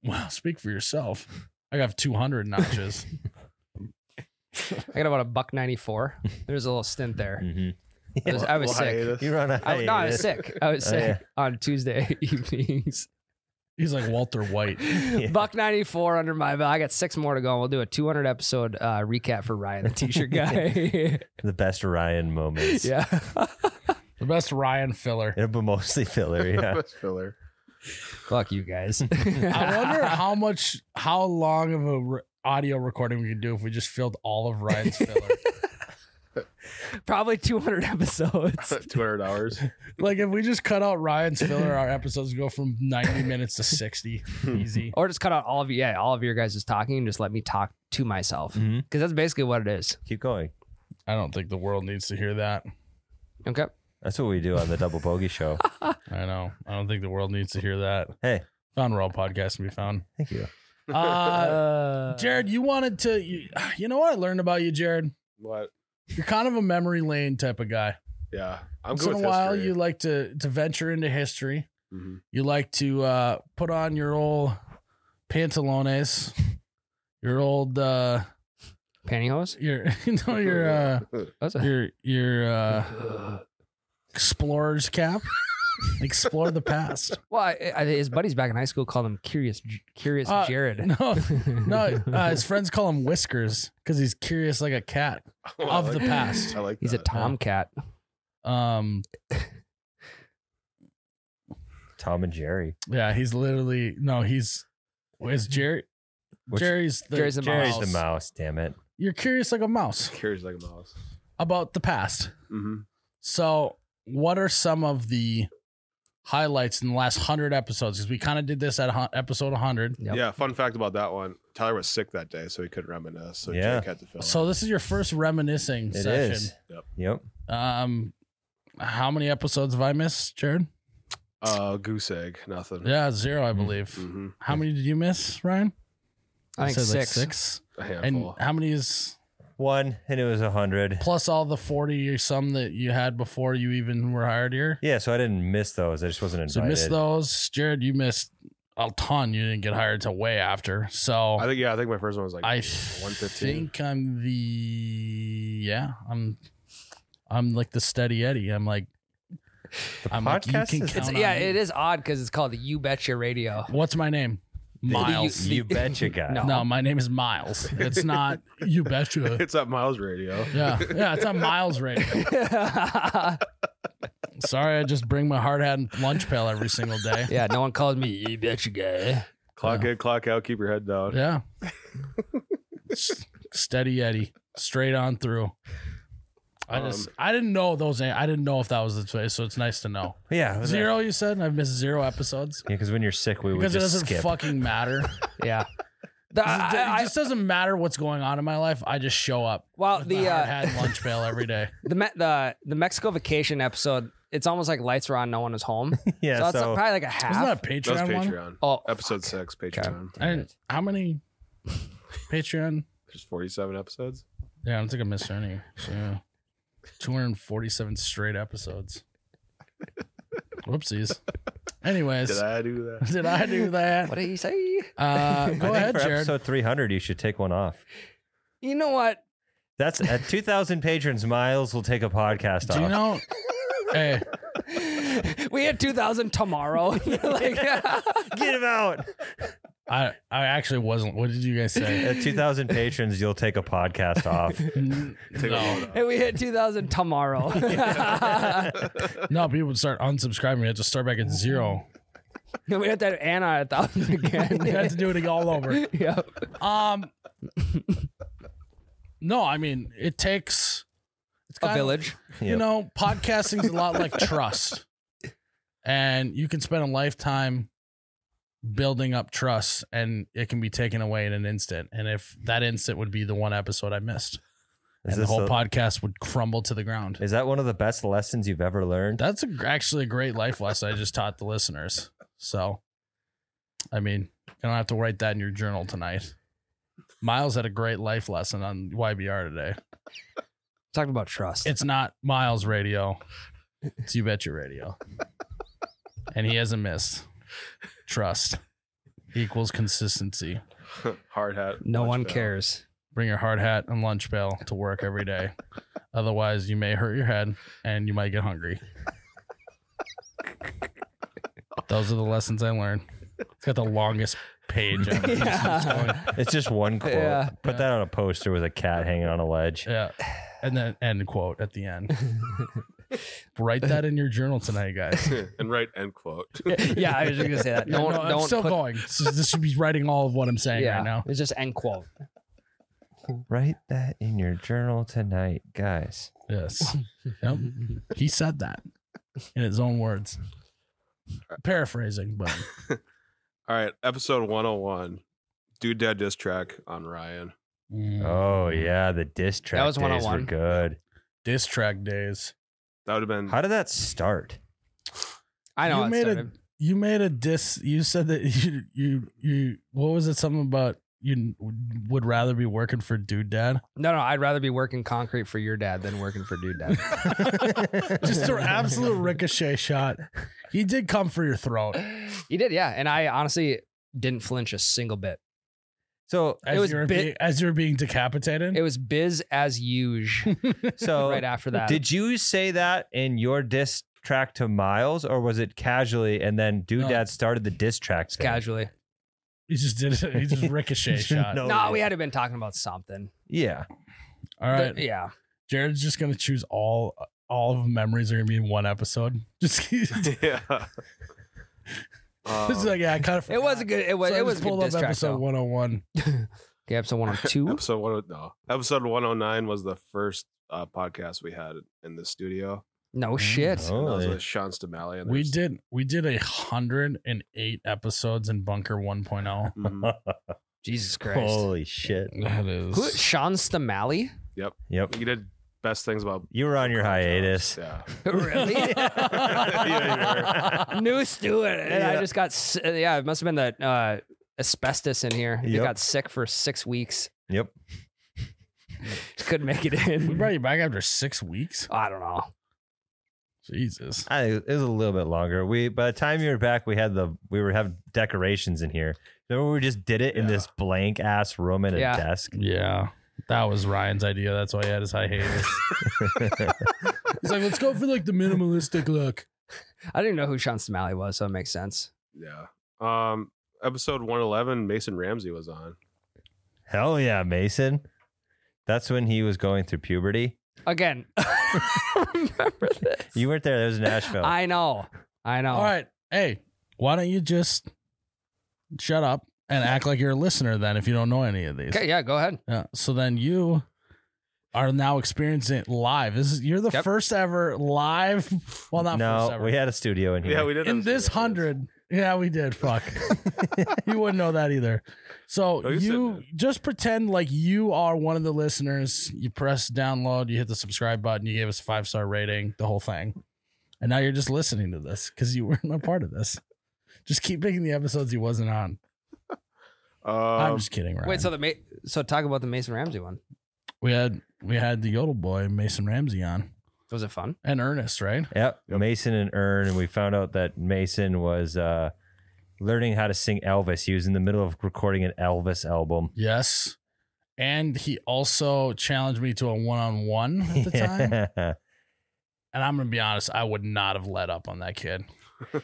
S1: well, speak for yourself. I got 200 notches.
S2: I got about a buck ninety four. There's a little stint there.
S3: Mm-hmm.
S2: I was, I was
S4: Little
S2: sick.
S4: hiatus.
S3: You're
S1: Oh,
S3: on a
S2: I, no, I was
S3: hiatus.
S2: sick. I was
S3: Oh,
S2: sick
S3: yeah.
S2: on Tuesday evenings.
S1: He's like Walter White.
S2: Buck ninety four under my belt. I got six more to go. and We'll do a two hundred episode uh, recap for Ryan, the T-shirt guy.
S3: The best Ryan moments.
S2: yeah,
S1: The best Ryan filler.
S3: It'll be mostly filler. Yeah.
S4: That's filler.
S2: fuck you guys.
S1: I wonder how much, how long of a re- audio recording we could do if we just filled all of Ryan's filler.
S2: Probably two hundred episodes.
S4: 200 hours.
S1: like if we just cut out Ryan's filler, our episodes go from ninety minutes to sixty, easy.
S2: Or just cut out all of you, yeah, all of your guys just talking and just let me talk to myself because
S3: Mhm.
S2: that's basically what it is.
S3: Keep going.
S1: I don't think the world needs to hear that.
S2: Okay,
S3: That's what we do on the Double Bogey Show.
S1: I know. I don't think the world needs to hear that.
S3: Hey.
S1: found where all podcasts can be found.
S3: Thank you.
S1: Uh,
S2: Uh,
S1: Jared, you wanted to. You, you know what I learned about you, Jared?
S4: What?
S1: You're kind of a memory lane type of guy.
S4: Yeah. I'm
S1: Once
S4: good
S1: in a
S4: with
S1: while,
S4: history.
S1: you like to to venture into history.
S4: Mhm.
S1: you like to uh, put on your old pantalones, your old uh,
S2: Pantyhose?
S1: your you know your uh,
S2: That's a,
S1: your your uh, explorer's cap. Explore the past.
S2: well, I, I, his buddies back in high school called him Curious J- Curious
S1: Uh,
S2: Jared.
S1: No, no. Uh, his friends call him Whiskers because he's curious like a cat.
S4: Oh, I
S1: Of the
S4: that.
S1: past.
S4: I like
S2: He's a
S4: that.
S2: tomcat.
S1: Um,
S3: Tom and Jerry.
S1: yeah, he's literally no. He's is Jerry.
S3: Which-
S1: Jerry's the
S2: Jerry's the
S3: Jerry's
S2: mouse.
S3: the mouse. Damn it.
S1: You're curious like a mouse
S4: Carries like a mouse.
S1: about the past.
S4: Mm-hmm.
S1: So, what are some of the highlights in the last hundred episodes? Because we kind of did this at hu- episode 100.
S2: Yep.
S4: Yeah. Fun fact about that one: Tyler was sick that day, so he couldn't reminisce. So
S3: Yeah.
S4: Jake had to fill.
S1: So, this is your first reminiscing
S3: It is.
S1: session.
S4: Yep.
S3: Yep.
S1: Um, how many episodes have I missed, Jared?
S4: in. uh, goose egg, nothing.
S1: Yeah, zero,
S3: Mm,
S1: I believe.
S4: hmm
S1: How many did you miss, Ryan?
S2: I think
S1: said, like,
S2: six.
S1: six.
S4: A
S1: And
S4: handful.
S1: how many is
S3: One, and it was a hundred.
S1: plus all the 40 or some that you had before you even were hired here?
S3: Yeah, so I didn't miss those. I just wasn't
S1: So,
S3: invited.
S1: missed those. Jared, you missed a ton. You didn't get hired till way after. So,
S4: I think yeah, I think my first one was like
S1: I
S4: 115.
S1: think I'm the yeah. I'm I'm like the steady Eddie. I'm like
S3: The
S1: I'm like, you
S3: podcast
S1: can
S3: is
S1: count-
S2: It's,
S1: Down
S2: yeah,
S1: on-
S2: it is odd because it's called the You Betcha Radio.
S1: what's my name? Miles.
S3: You betcha guy.
S2: No.
S1: no, my name is Miles. It's not you betcha.
S4: It's at Miles Radio.
S1: Yeah, yeah, it's on Miles radio. Sorry, I just bring my hard hat and lunch pail every single day.
S2: yeah, no one calls me You Betcha Guy.
S4: Clock
S1: Yeah.
S4: in, clock out. Keep your head down.
S1: Yeah, S- steady Eddie, straight on through. I just
S4: Um,
S1: I didn't know those. I didn't know if that was the case, so it's nice to know.
S3: Yeah. it was a-
S1: Zero, you said. I've missed zero episodes.
S3: Yeah, because when you're sick, we
S1: because it
S3: would just
S1: doesn't
S3: skip.
S1: fucking matter.
S2: Yeah. The,
S1: It
S2: I- I-
S1: just doesn't matter what's going on in my life. I just show up.
S2: well,
S1: with
S2: the
S1: my hard
S2: uh,
S1: hat and lunch pail every day.
S2: the, Me- the the Mexico vacation episode, it's almost like lights were on, no one was home. so
S3: yeah.
S2: it's
S3: So,
S2: probably like a
S1: Isn't that
S2: half.
S1: a Patreon,
S4: That was
S1: one?
S4: Patreon.
S2: oh,
S4: Episode six, Patreon.
S1: I didn't, how many Patreon?
S4: There's 47 episodes.
S1: Yeah, I don't think I missed any. So, yeah. 247 straight episodes. Whoopsies. Anyways,
S4: Did I do that?
S1: did I do
S2: what
S1: that?
S2: did you say?
S1: Uh,
S3: I
S1: go
S3: think
S1: ahead,
S3: for
S1: Jared.
S3: episode 300, you should take one off.
S2: You know what?
S3: That's at 2,000 patrons. Miles will take a podcast
S1: Do you
S3: off.
S1: know? hey,
S2: we had 2,000 tomorrow. like,
S3: Get him out.
S1: I I actually wasn't. What did you guys say?
S3: At 2,000 patrons, you'll take a podcast off.
S1: N-
S4: Take
S1: no.
S4: a
S2: and we hit 2,000 tomorrow.
S1: No, people would start unsubscribing. You have to start back at zero.
S2: No, we had that Anna at 1,000
S1: You have
S2: again.
S1: to do it all over.
S2: yeah.
S1: Um, no, I mean it takes it's
S2: A
S1: kind of-
S2: village.
S1: You
S3: Yep.
S1: know, podcasting's a lot like trust, and you can spend a lifetime building up trust, and it can be taken away in an instant. And if that instant would be the one episode I missed,
S3: Is,
S1: and the
S3: this
S1: whole
S3: the-
S1: podcast would crumble to the ground.
S3: is that one of the best lessons you've ever learned?
S1: That's a, gr- actually a great life lesson I just taught the listeners. So, I mean, you don't have to write that in your journal tonight. Miles had a great life lesson on YBR today.
S2: Talking about trust.
S1: It's not Miles Radio, it's You Bet Your Radio. And he hasn't missed. Trust equals consistency.
S4: load. Hard hat.
S2: no
S4: lunch
S2: one
S4: pail.
S2: cares.
S1: Bring your hard hat and lunch pail to work every day. Otherwise, you may hurt your head and you might get hungry. Those are the lessons I learned. It's got the longest page. ever.
S2: Yeah.
S3: It's just one quote.
S2: Yeah.
S3: Put that on a poster with a cat hanging on a ledge.
S1: Yeah. And then end quote at the end. Write that in your journal tonight, guys.
S4: and write end quote.
S2: yeah, I was just gonna say that. Don't,
S1: Yeah, no,
S2: don't
S1: I'm still
S2: put-
S1: going. This, is- this should be writing all of what I'm saying
S2: yeah,
S1: right now.
S2: It's just end quote.
S3: Write that in your journal tonight, guys.
S1: Yes. Yep. He said that in his own words. Paraphrasing, but
S4: All right, episode 101. Do dead diss track on Ryan.
S1: Mm.
S3: Oh yeah, the diss track
S2: was
S3: days were
S2: 101.
S3: good.
S1: diss track days.
S4: That would have been
S3: How did that start?
S2: I know.
S1: you
S2: it
S1: made a
S2: started-
S1: you made a diss. You said that you you you what was it? Something about you would rather be working for Dude Dad.
S2: no, no. I'd rather be working concrete for your dad than working for dude dad.
S1: Just an absolute ricochet shot He did come for your throat.
S2: He did, yeah. And I honestly didn't flinch a single bit.
S3: So
S1: As
S2: was
S1: you were
S2: bit-
S1: being, as you were being decapitated.
S2: It was biz as usual
S3: so
S2: right after that.
S3: Did you say that in your diss track to Miles, or was it casually? And then Doodad
S1: No.
S3: started the diss track. thing?
S2: casually.
S1: he just did it. He just ricochet shot.
S3: No. Oh,
S2: no,
S3: yeah.
S2: we had to been talking about something.
S3: Yeah.
S1: All right.
S2: The- yeah.
S1: Jared's just gonna choose all all of memories are gonna be in one episode. Just it's
S4: yeah. Um,
S1: like yeah, I kind of
S2: It was a good it was it was a good
S1: pulled
S2: diss
S1: up
S2: track,
S1: episode
S2: though.
S1: one hundred and one.
S2: Okay, episode one of two.
S4: episode one. oh, No, episode one hundred nine was the first uh, podcast we had in the studio.
S2: No shit.
S3: Oh.
S4: And that was
S3: Really?
S4: with Sean Stamali. And
S1: We
S4: there's-
S1: did we did a hundred and eight episodes in Bunker oh. 1.0.
S4: Mhm.
S2: Jesus Christ.
S3: Holy shit.
S1: That
S2: Who,
S1: is
S2: Sean Stamali?
S3: Yep.
S4: We did best things about
S3: You were on your hiatus.
S4: Yeah.
S2: really? New Stewart. And I
S3: Yeah.
S2: just got, s- yeah, it must have been that uh, asbestos in here. You
S3: Yep.
S2: got sick for six weeks.
S3: Yep.
S2: Couldn't make it
S1: we
S2: in.
S1: brought you back after six weeks.
S2: I don't know.
S1: Jesus.
S3: I think it was a little bit longer. We by the time you were back, we had the we were having decorations in here. Remember, we just did it in
S4: Yeah.
S3: this blank ass room and a
S2: Yeah.
S3: desk.
S1: Yeah. That was Ryan's idea. That's why he had his high haters. He's like, let's go for like the minimalistic look.
S2: I didn't know who Sean Stamali was, so it makes sense.
S4: Yeah. Um, episode one eleven, Mason Ramsey was on.
S3: Hell yeah, Mason. That's when he was going through puberty.
S2: Again, remember this.
S3: You weren't there. That was in Nashville.
S2: I know. I know.
S1: All right. Hey, why don't you just shut up and act like you're a listener then if you don't know any of these?
S2: Okay, yeah, go ahead.
S1: Yeah. So then you are now experiencing it live. This is you're the
S2: Yep.
S1: first ever live. Well, not first
S3: no,
S1: ever.
S3: we had a studio in here.
S4: Yeah, we did.
S1: in
S4: have a
S1: this
S4: studio, yes.
S1: hundred. Yeah, we did. Fuck. you wouldn't know that either.
S3: Oh,
S1: So
S4: No, you said
S1: you just pretend like you are one of the listeners. You press download, you hit the subscribe button, you gave us a five star rating, the whole thing. And now you're just listening to this because you weren't a part of this. Just keep picking the episodes you wasn't on. I'm
S4: Um,
S1: just kidding, right?
S2: Wait, so the Ma- so talk about the Mason Ramsey one.
S1: we had we had the Yodel boy Mason Ramsey on
S2: Was it fun?
S1: and Ernest, right?
S3: Yep.
S4: Yep.
S3: Mason and Earn, and we found out that Mason was uh, learning how to sing Elvis. He was in the middle of recording an Elvis album.
S1: Yes. And he also challenged me to a one on one at the time. And I'm gonna be honest, I would not have let up on that kid.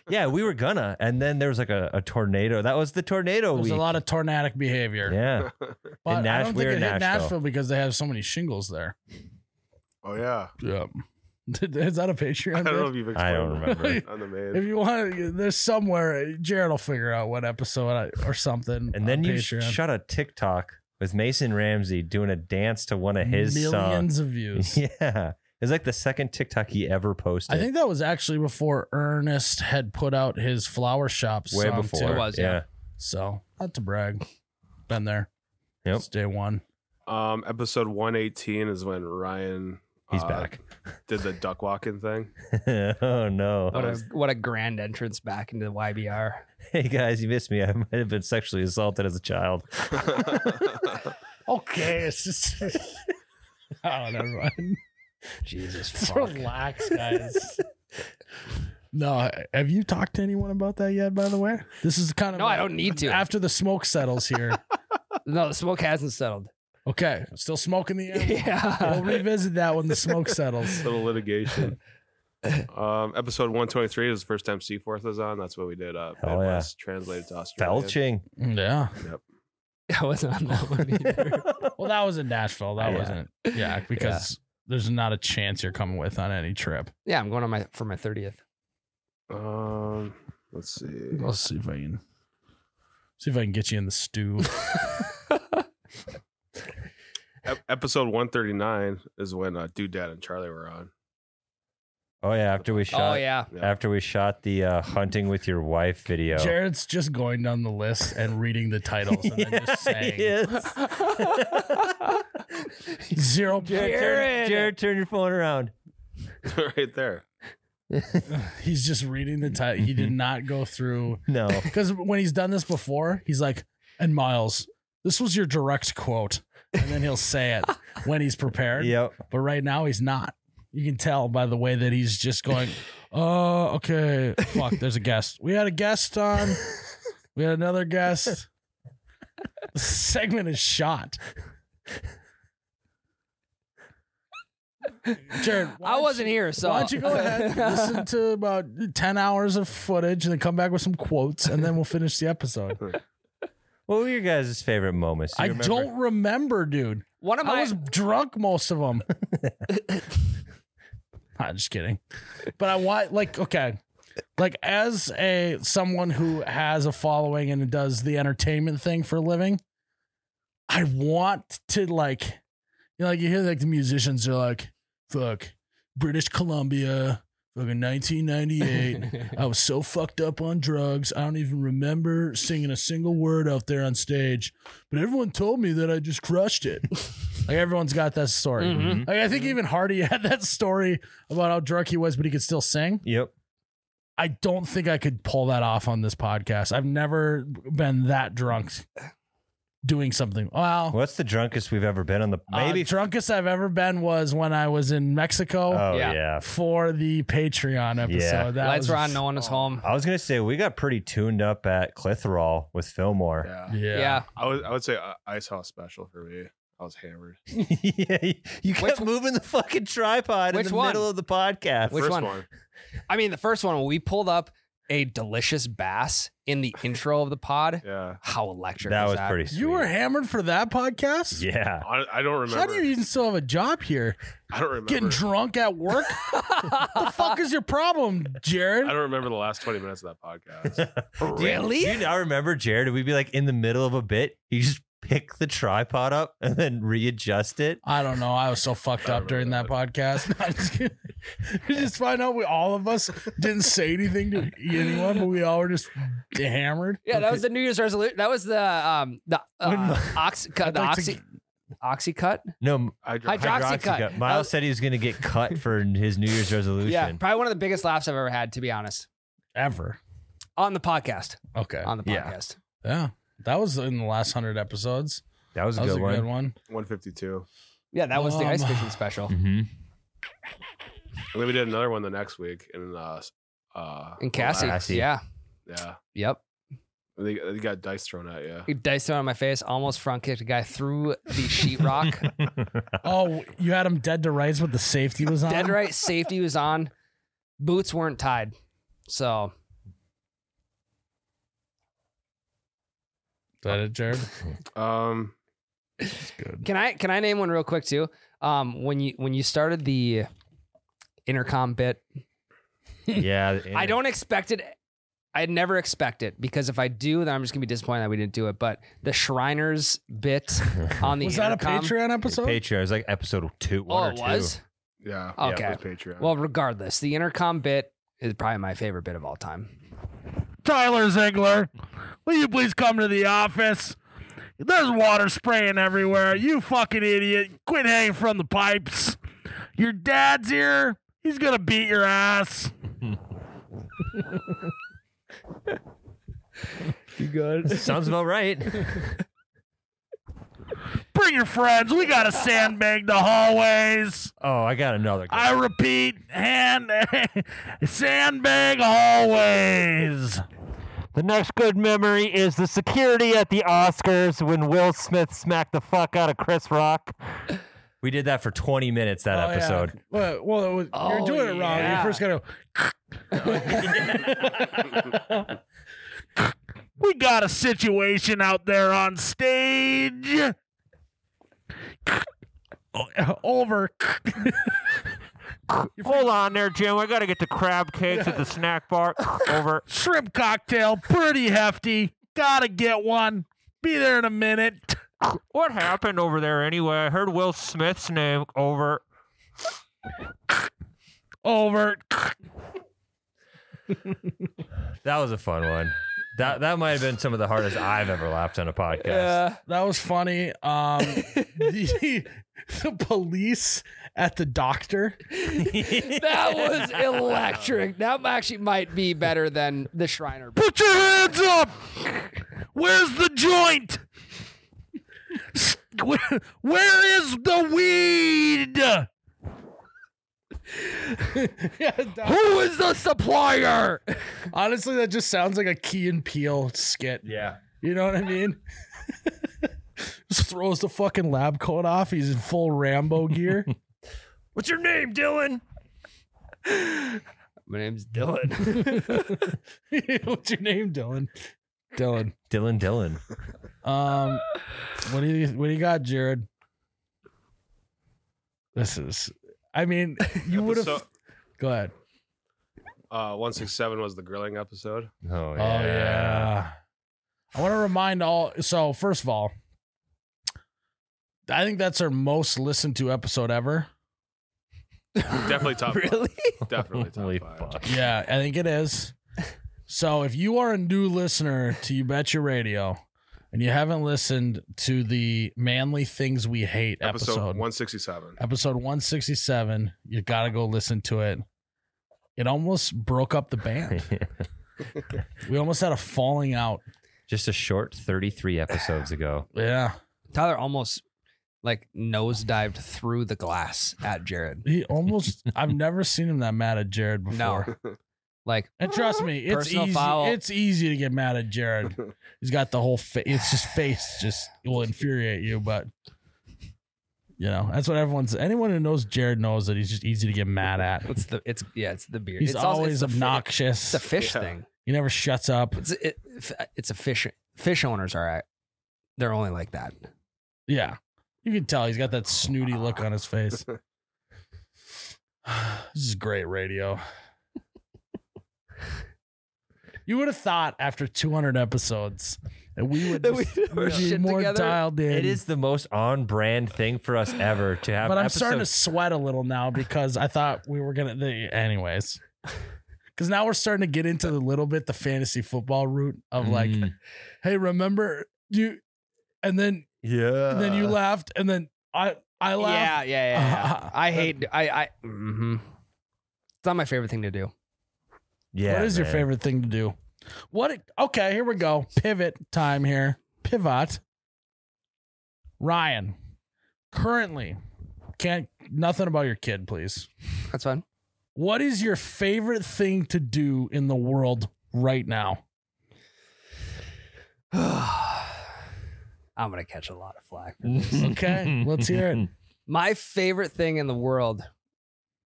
S3: yeah, we were gonna, and then there was like a, a tornado. That was the tornado
S1: There was
S3: week.
S1: a lot of tornadic behavior.
S3: yeah,
S1: but
S3: in
S1: I
S3: Nash-
S1: don't
S3: we
S1: think
S3: were
S1: it
S3: in
S1: hit Nashville.
S3: Nashville.
S1: because they have so many shingles there.
S4: oh yeah.
S1: Yep. Is that a Patreon?
S4: I don't know
S1: bit?
S4: if you've
S3: I don't
S4: explained that
S1: remember.
S4: on the main.
S1: If you want, there's somewhere Jared will figure out what episode I- or something.
S3: and then
S1: on
S3: you
S1: Patreon.
S3: shot a TikTok with Mason Ramsey doing a dance to one of his
S1: millions of views.
S3: songs. Yeah, it's like the second TikTok he ever posted.
S1: I think that was actually before Ernest had put out his flower shop
S3: way
S1: song,
S3: before.
S1: too.
S2: It was, yeah.
S1: So not to brag, been there.
S3: Yep.
S1: It's day one.
S4: um, episode one eighteen is when Ryan.
S3: He's
S4: uh,
S3: back.
S4: Did the duck walking thing?
S3: oh no.
S2: What a
S4: was-
S2: what a grand entrance back into the YBR.
S3: Hey guys, you missed me. I might have been sexually assaulted as a child.
S1: Okay, it's just. oh, never mind.
S2: Jesus
S1: Just
S2: fuck.
S1: relax, guys. no, have you talked to anyone about that yet? By the way, this is kind of
S2: No, I don't need to.
S1: After the smoke settles here,
S2: No, the smoke hasn't settled.
S1: okay, still smoking the air. We'll
S2: Yeah.
S1: revisit that when the smoke settles.
S4: Little litigation. Um, episode one twenty three was the first time Seaforth was on. That's what we did. Uh,
S3: Hell yeah.
S4: Midwest translated to Australian.
S3: Felching.
S1: Yeah.
S2: I wasn't on that one either.
S1: Well, that was in Nashville. That
S3: Yeah.
S1: wasn't. Yeah, because there's not a chance you're coming with on any trip.
S2: Yeah, I'm going on my for my 30th.
S4: Um, let's see.
S1: Let's see if I can. See if I can get you in the stew.
S4: Ep- episode 139 is when uh, Dude Dad and Charlie were on.
S3: Oh yeah, after we shot
S2: Oh yeah.
S4: Yeah.
S3: after we shot the uh, hunting with your wife video.
S1: Jared's just going down the list and reading the titles and then just
S3: Yeah, he
S1: saying
S3: is.
S1: zero.
S3: Jared, turn, Jared, turn your phone around.
S4: right there.
S1: He's just reading the title. He did
S3: Mhm.
S1: not go through
S3: No.
S1: because when he's done this before, he's like, "And Miles, this was your direct quote," and then he'll say it when he's prepared.
S3: yep.
S1: But right now, he's not. You can tell by the way that he's just going. Oh, okay. Fuck, there's a guest. We had a guest on. We had another guest. This segment is shot. Jared, why
S2: I
S1: don't
S2: wasn't
S1: you-
S2: here, so
S1: Why don't you go ahead, listen to about 10 hours of footage, and then come back with some quotes, and then we'll finish the episode.
S3: What were your guys' favorite moments? Do
S1: I
S3: you remember?
S1: don't remember, dude.
S2: One of my
S1: I was drunk most of them. I'm just kidding. But I want like okay. Like as a someone who has a following and does the entertainment thing for a living, I want to like you know like you hear like the musicians are like fuck British Columbia fucking 1998 I was so fucked up on drugs. I don't even remember singing a single word out there on stage. But everyone told me that I just crushed it. like everyone's got that story.
S3: Mm. Mm-hmm.
S2: Mhm.
S1: Like I think even Hardy had that story about how drunk he was, but he could still sing.
S3: Yep.
S1: I don't think I could pull that off on this podcast. I've never been that drunk doing something. Well,
S3: What's the drunkest we've ever been on the?
S1: uh,
S3: Maybe.
S1: drunkest I've ever been was when I was in Mexico
S3: oh
S2: Yeah.
S3: yeah.
S1: for the Patreon episode.
S3: Yeah.
S1: That
S2: lights
S1: was, Oh,
S2: were on, no one was home.
S3: I was gonna say we got pretty tuned up at Clitheroe with Fillmore.
S4: Yeah.
S1: Yeah.
S2: Yeah.
S4: I would I would say uh, Ice House special for me. I was hammered.
S3: Yeah, you- you kept
S2: Which-
S3: moving the fucking tripod in
S2: Which
S3: the
S2: one?
S3: middle of the podcast.
S2: Which
S4: First
S2: one?
S4: one?
S2: I mean, the first one when we pulled up a delicious bass in the intro of the pod.
S4: Yeah.
S2: How electric!
S3: that
S2: was,
S3: was
S2: that?
S3: pretty. Sweet.
S1: You were hammered for that podcast?
S3: Yeah.
S4: I, I don't remember.
S1: How do you even still have a job here?
S4: I don't remember.
S1: Getting drunk at work? the fuck is your problem,
S4: I
S1: Jared?
S4: don't remember the last 20 minutes of that podcast.
S3: Do you- Do you now remember, Jared? We'd be like in the middle of a bit. You just pick the tripod up and then readjust it.
S1: I don't know. I was so fucked
S4: I
S1: up during that
S4: remember
S1: podcast. No, I'm just kidding. you just find out we all of us didn't say anything to anyone, but we all were just hammered.
S2: Yeah, that was the New Year's resolution. That was the um the
S3: When
S2: uh, oxy cut the
S1: like to-
S2: oxy oxy cut.
S3: No,
S4: I drank.
S2: Hydro- Hydroxycut.
S3: Hydroxycut.
S2: Uh,
S3: Miles said he was going to get cut for his New Year's resolution.
S2: Yeah, probably one of the biggest laughs I've ever had, to be honest,
S1: Ever.
S2: on the podcast.
S1: Okay.
S2: On the
S3: Yeah.
S2: podcast.
S1: Yeah. That was in the last 100 episodes.
S3: That was a
S1: That was
S3: good
S1: a
S3: one.
S1: good one.
S4: 152.
S2: Yeah, that was the
S1: Um,
S2: ice fishing special
S3: Mhm.
S4: And then we did another one the next week in uh uh
S2: in Cassie.
S3: Cassie.
S2: Yeah,
S4: Yeah.
S2: yep.
S4: They, they got dice thrown at you.
S2: He diced it on my face. Almost front kicked a guy through the sheetrock.
S1: Oh, you had him dead to rights, but the safety was on.
S2: Dead right. Safety was on. Boots weren't tied. So
S1: Is that it, Jared?
S4: Um
S2: Can I can I name one real quick too? Um, when you when you started the intercom bit,
S3: yeah. the
S2: I don't expect it. I never expect it because if I do, then I'm just gonna be disappointed that we didn't do it. But the Shriners bit on the
S1: was that a
S2: intercom,
S1: Patreon episode?
S3: Patreon. It was like episode two.
S2: Oh,
S3: one or
S2: it
S3: two.
S2: was.
S4: yeah.
S2: Okay.
S4: Yeah, it was Patreon.
S2: Well, regardless, the intercom bit is probably my favorite bit of all time.
S1: Tyler Ziegler, will you please come to the office? There's water spraying everywhere. You fucking idiot. Quit hanging from the pipes. Your dad's here. He's going to beat your ass.
S3: Sounds about right.
S1: Bring your friends. We got to sandbag the hallways.
S3: Oh, I got another.
S1: I repeat, hand sandbag hallways.
S6: The next good memory is the security at the Oscars when Will Smith smacked the fuck out of Chris Rock.
S3: we did that for 20 minutes that episode.
S1: Oh, Well, well it was,
S2: Oh,
S1: you're doing it wrong.
S2: yeah.
S1: You first got to. we got a situation out there on stage. Over.
S6: Hold on there, Jim. I gotta get the crab cakes at the snack bar. Over.
S1: Shrimp cocktail, pretty hefty. Gotta get one. Be there in a minute.
S6: What happened over there anyway? I heard Will Smith's name. Over.
S1: Over.
S3: That was a fun one. That that might have been some of the hardest I've ever laughed on a podcast.
S1: That was funny. Um, the, the police at the doctor.
S2: that was electric. That actually might be better than the Shriner. bit.
S1: Put your hands up. Where's the joint? S- Where, where is the weed? yeah,
S2: Who is the supplier?
S1: honestly, that just sounds like a Key and Peel skit.
S3: Yeah.
S1: You know what I mean? just throws the fucking lab coat off. He's in full Rambo gear.
S3: What's your name, Dylan?
S2: My name's Dylan.
S1: What's your name, Dylan? Dylan.
S3: Dylan Dylan.
S1: Um, what do you what do you got, Jared? This is, I mean, you would have.
S4: Episode-
S1: Go ahead.
S4: Uh, one six seven was the grilling episode.
S3: Oh
S1: Oh yeah. I want to remind all. So first of all, I think that's our most listened to episode ever.
S4: Definitely top. five.
S2: really?
S4: Definitely top
S3: Holy
S4: five.
S3: fuck.
S1: Yeah, I think it is. So if you are a new listener to You Bet Your Radio and you haven't listened to the Manly Things We Hate
S4: Episode,
S1: episode,
S4: one sixty seven.
S1: episode 167, you got to go listen to it. It almost broke up the band. we almost had a falling out.
S3: Just a short 33 episodes ago.
S1: Yeah.
S2: Tyler almost like nosedived through the glass at Jared.
S1: He almost, I've never seen him that mad at Jared before.
S2: No. Like,
S1: And trust me, it's
S2: Personal
S1: easy.
S2: foul.
S1: It's easy to get mad at Jared. He's got the whole face. It's just face just will infuriate you, but you know that's what everyone's. Anyone who knows Jared knows that he's just easy to get mad at.
S2: it's the it's yeah, it's the beer.
S1: He's
S2: it's also-
S1: always
S2: it's the fi-
S1: obnoxious.
S2: It's a fish
S4: Yeah.
S2: thing.
S1: he never shuts up.
S2: It's it, it's a fish. Fish owners are at, they're only like that.
S1: Yeah, you can tell he's got that snooty look on his face. this is great radio. you would have thought after 200 episodes that we would
S2: That we
S1: just
S2: our
S1: be
S2: shit
S1: more
S2: together.
S1: dialed in.
S3: It is the most on brand thing for us ever to have
S1: but I'm
S3: episode-
S1: starting to sweat a little now because I thought we were gonna. The, anyways, because now we're starting to get into the little bit the fantasy football route of like,
S3: Mm.
S1: hey, remember you, and then
S3: Yeah.
S1: and
S2: Uh.
S1: then you laughed, and then I I laughed.
S2: Yeah, yeah, yeah. yeah. I hate. I. I. mhm. It's not my favorite thing to do.
S3: Yeah.
S1: what is your
S3: man.
S1: favorite thing to do? What? it- Okay, here we go. Pivot time here. Pivot. Ryan, currently can't nothing about your kid, please.
S2: That's fun.
S1: What is your favorite thing to do in the world right now?
S2: I'm gonna catch a lot of flack. For this.
S1: Okay, let's hear it.
S2: my favorite thing in the world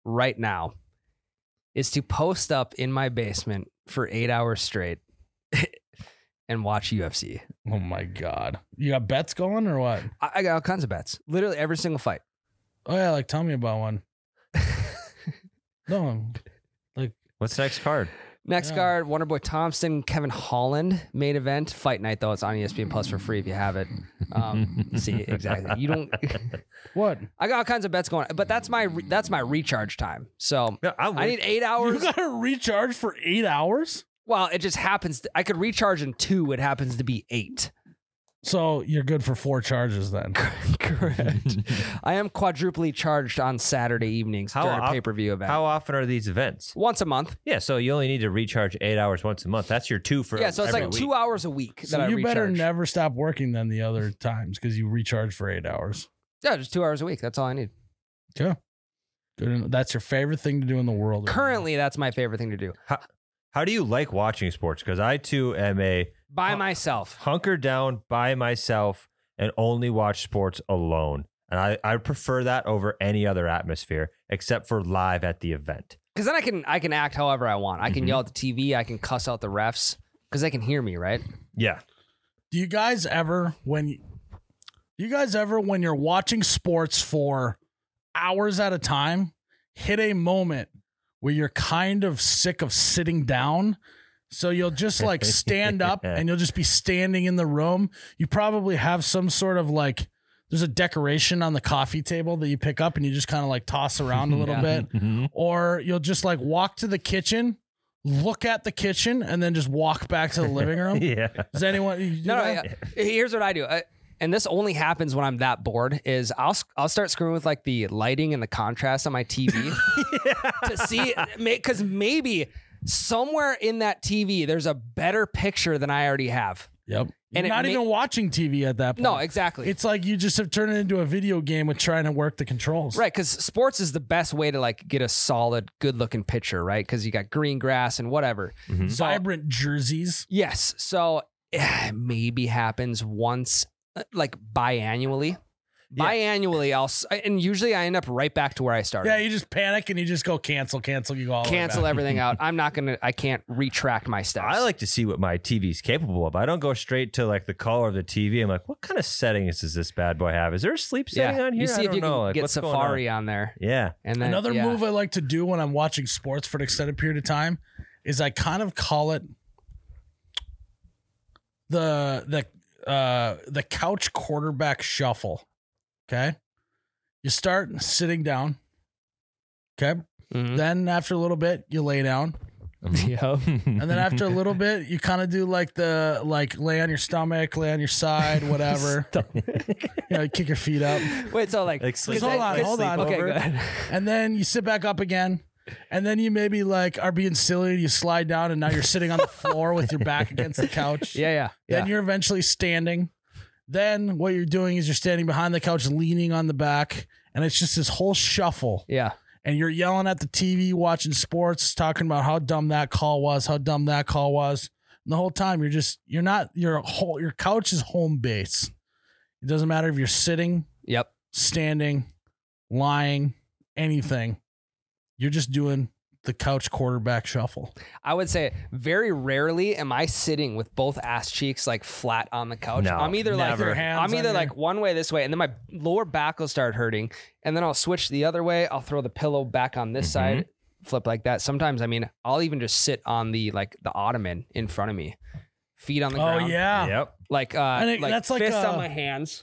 S2: right now is to post up in my basement for eight hours straight and watch UFC.
S1: Oh my god. You got bets going or what?
S2: I, I got all kinds of bets. Literally every single fight.
S1: Oh yeah, like tell me about one. no. I'm-
S3: What's next card?
S2: Next
S1: Yeah.
S2: guard, Wonderboy Thompson, Kevin Holland, main event, fight night though. It's on E ESPN Plus for free if you have it. Um, see, exactly. You don't.
S1: What?
S2: I got all kinds of bets going, but that's my re- that's my recharge time. So
S3: No, I,
S2: I need eight
S1: You
S2: hours.
S1: got to recharge for 8 hours?
S2: Well, it just happens. I could recharge in two. It happens to be eight.
S1: So you're good for four charges then.
S2: Correct. I am quadruply charged on Saturday evenings
S3: How
S2: during a
S3: op-
S2: pay per view event.
S3: How often are these events?
S2: Once a month.
S3: Yeah, so you only need to recharge eight hours once a month. That's your two for
S2: yeah, so it's
S3: every
S2: like
S3: week.
S2: two hours a week that
S1: So
S2: I
S1: you
S2: recharge.
S1: better never stop working than the other times cuz you recharge for 8 hours.
S2: yeah, just two hours a week. That's all I need.
S1: Okay. Good. en- That's your favorite thing to do in the world. right now.
S2: Currently, that's my favorite thing to do
S3: How do you like watching sports? Because I too am a
S2: by
S3: Uh,
S2: myself.
S3: hunker down by myself and only watch sports alone. And I, I prefer that over any other atmosphere except for live at the event.
S2: Because then I can I can act however I want. I can
S1: Mm-hmm.
S3: Mhm.
S2: yell at the TV. I can cuss out the refs because they can hear me. Right?
S3: Yeah.
S1: Do you guys ever when do you guys ever when you're watching sports for hours at a time hit a moment where you're kind of sick of sitting down? So you'll just like stand up and you'll just be standing in the room. You probably have some sort of like there's a decoration on the coffee table that you pick up and you just kind of like toss around a little
S2: Yeah.
S1: bit or you'll just like walk to the kitchen, look at the kitchen and then just walk back to the living
S2: Oh.
S1: room.
S3: Yeah.
S1: Does anyone? you do
S2: No, no.
S1: that?
S2: yeah. Here's what I do. I, and this only happens when I'm that bored. Is I'll sc- I'll start screwing with like the lighting and the contrast on my TV to see because maybe somewhere in that TV there's a better picture than I already have.
S1: Yep. You're
S2: And it
S1: not
S2: ma-
S1: even watching TV at that point.
S2: No, exactly.
S1: It's like you just have turned it into a video game with trying to work the controls.
S2: Right, because sports is the best way to like get a solid, good-looking picture, right? Because you got green grass and whatever.
S3: Mhm.
S2: So-
S1: Vibrant jerseys.
S2: Yes, so eh, maybe happens once, uh, like biannually.
S3: Yeah.
S2: Biannually, I'll s- and usually I end up right back to where I started.
S1: Yeah, you just panic and you just go cancel, cancel. You go all the way
S2: Cancel
S1: back.
S2: everything out. I'm not gonna. I can't retract my steps.
S3: I like to see what my TV is capable of. I don't go straight to like the color of the TV. I'm like, what kind of settings does this bad boy have? Is there a sleep setting on here?
S2: You
S3: I
S2: see if
S3: don't
S2: you
S3: know.
S2: can
S3: Like,
S2: get
S3: what's going on?
S2: Safari on? there,
S3: Yeah.
S2: and then
S1: Another
S2: yeah.
S1: move I like to do when I'm watching sports for an extended period of time is I kind of call it the the uh the couch quarterback shuffle. Okay? You start sitting down. Okay?
S2: Mhm.
S1: Then after a little bit, you lay down.
S2: Yep.
S1: And then after a little bit, you kind of do like the like lay on your stomach, lay on your side, whatever. you know, you kick your feet up.
S2: Wait, so like,
S3: Like sleep-
S2: 'cause
S1: Hold
S2: I-
S1: on,
S2: 'cause-
S1: hold on.
S2: Okay,
S3: Over.
S2: good.
S1: And then you sit back up again. And then you maybe like are being silly, you slide down and now you're sitting on the floor with your back against the couch.
S2: Yeah, yeah, yeah.
S1: Then you're eventually standing. Then what you're doing is you're standing behind the couch leaning on the back and it's just this whole shuffle.
S2: yeah.
S1: and you're yelling at the TV, watching sports, talking about how dumb that call was, how dumb that call was. And the whole time you're just you're not your whole your couch is home base. It doesn't matter if you're sitting,
S2: Yep.
S1: standing, lying, anything. You're just doing the couch quarterback shuffle.
S2: I would say very rarely am I sitting with both ass cheeks like flat on the couch.
S3: No,
S2: I'm either like
S3: never. Your
S1: hands
S2: I'm
S1: on
S2: either
S1: your-
S2: like one way this way, and then my lower back will start hurting, and then I'll switch the other way. I'll throw the pillow back on this
S3: Mhm.
S2: side, flip like that. Sometimes I mean I'll even just sit on the like the ottoman in front of me, feet on the
S1: Oh
S2: ground.
S1: yeah.
S3: Yep.
S2: like uh,
S1: think
S2: like
S1: that's like
S2: fists
S1: a-
S2: on my hands,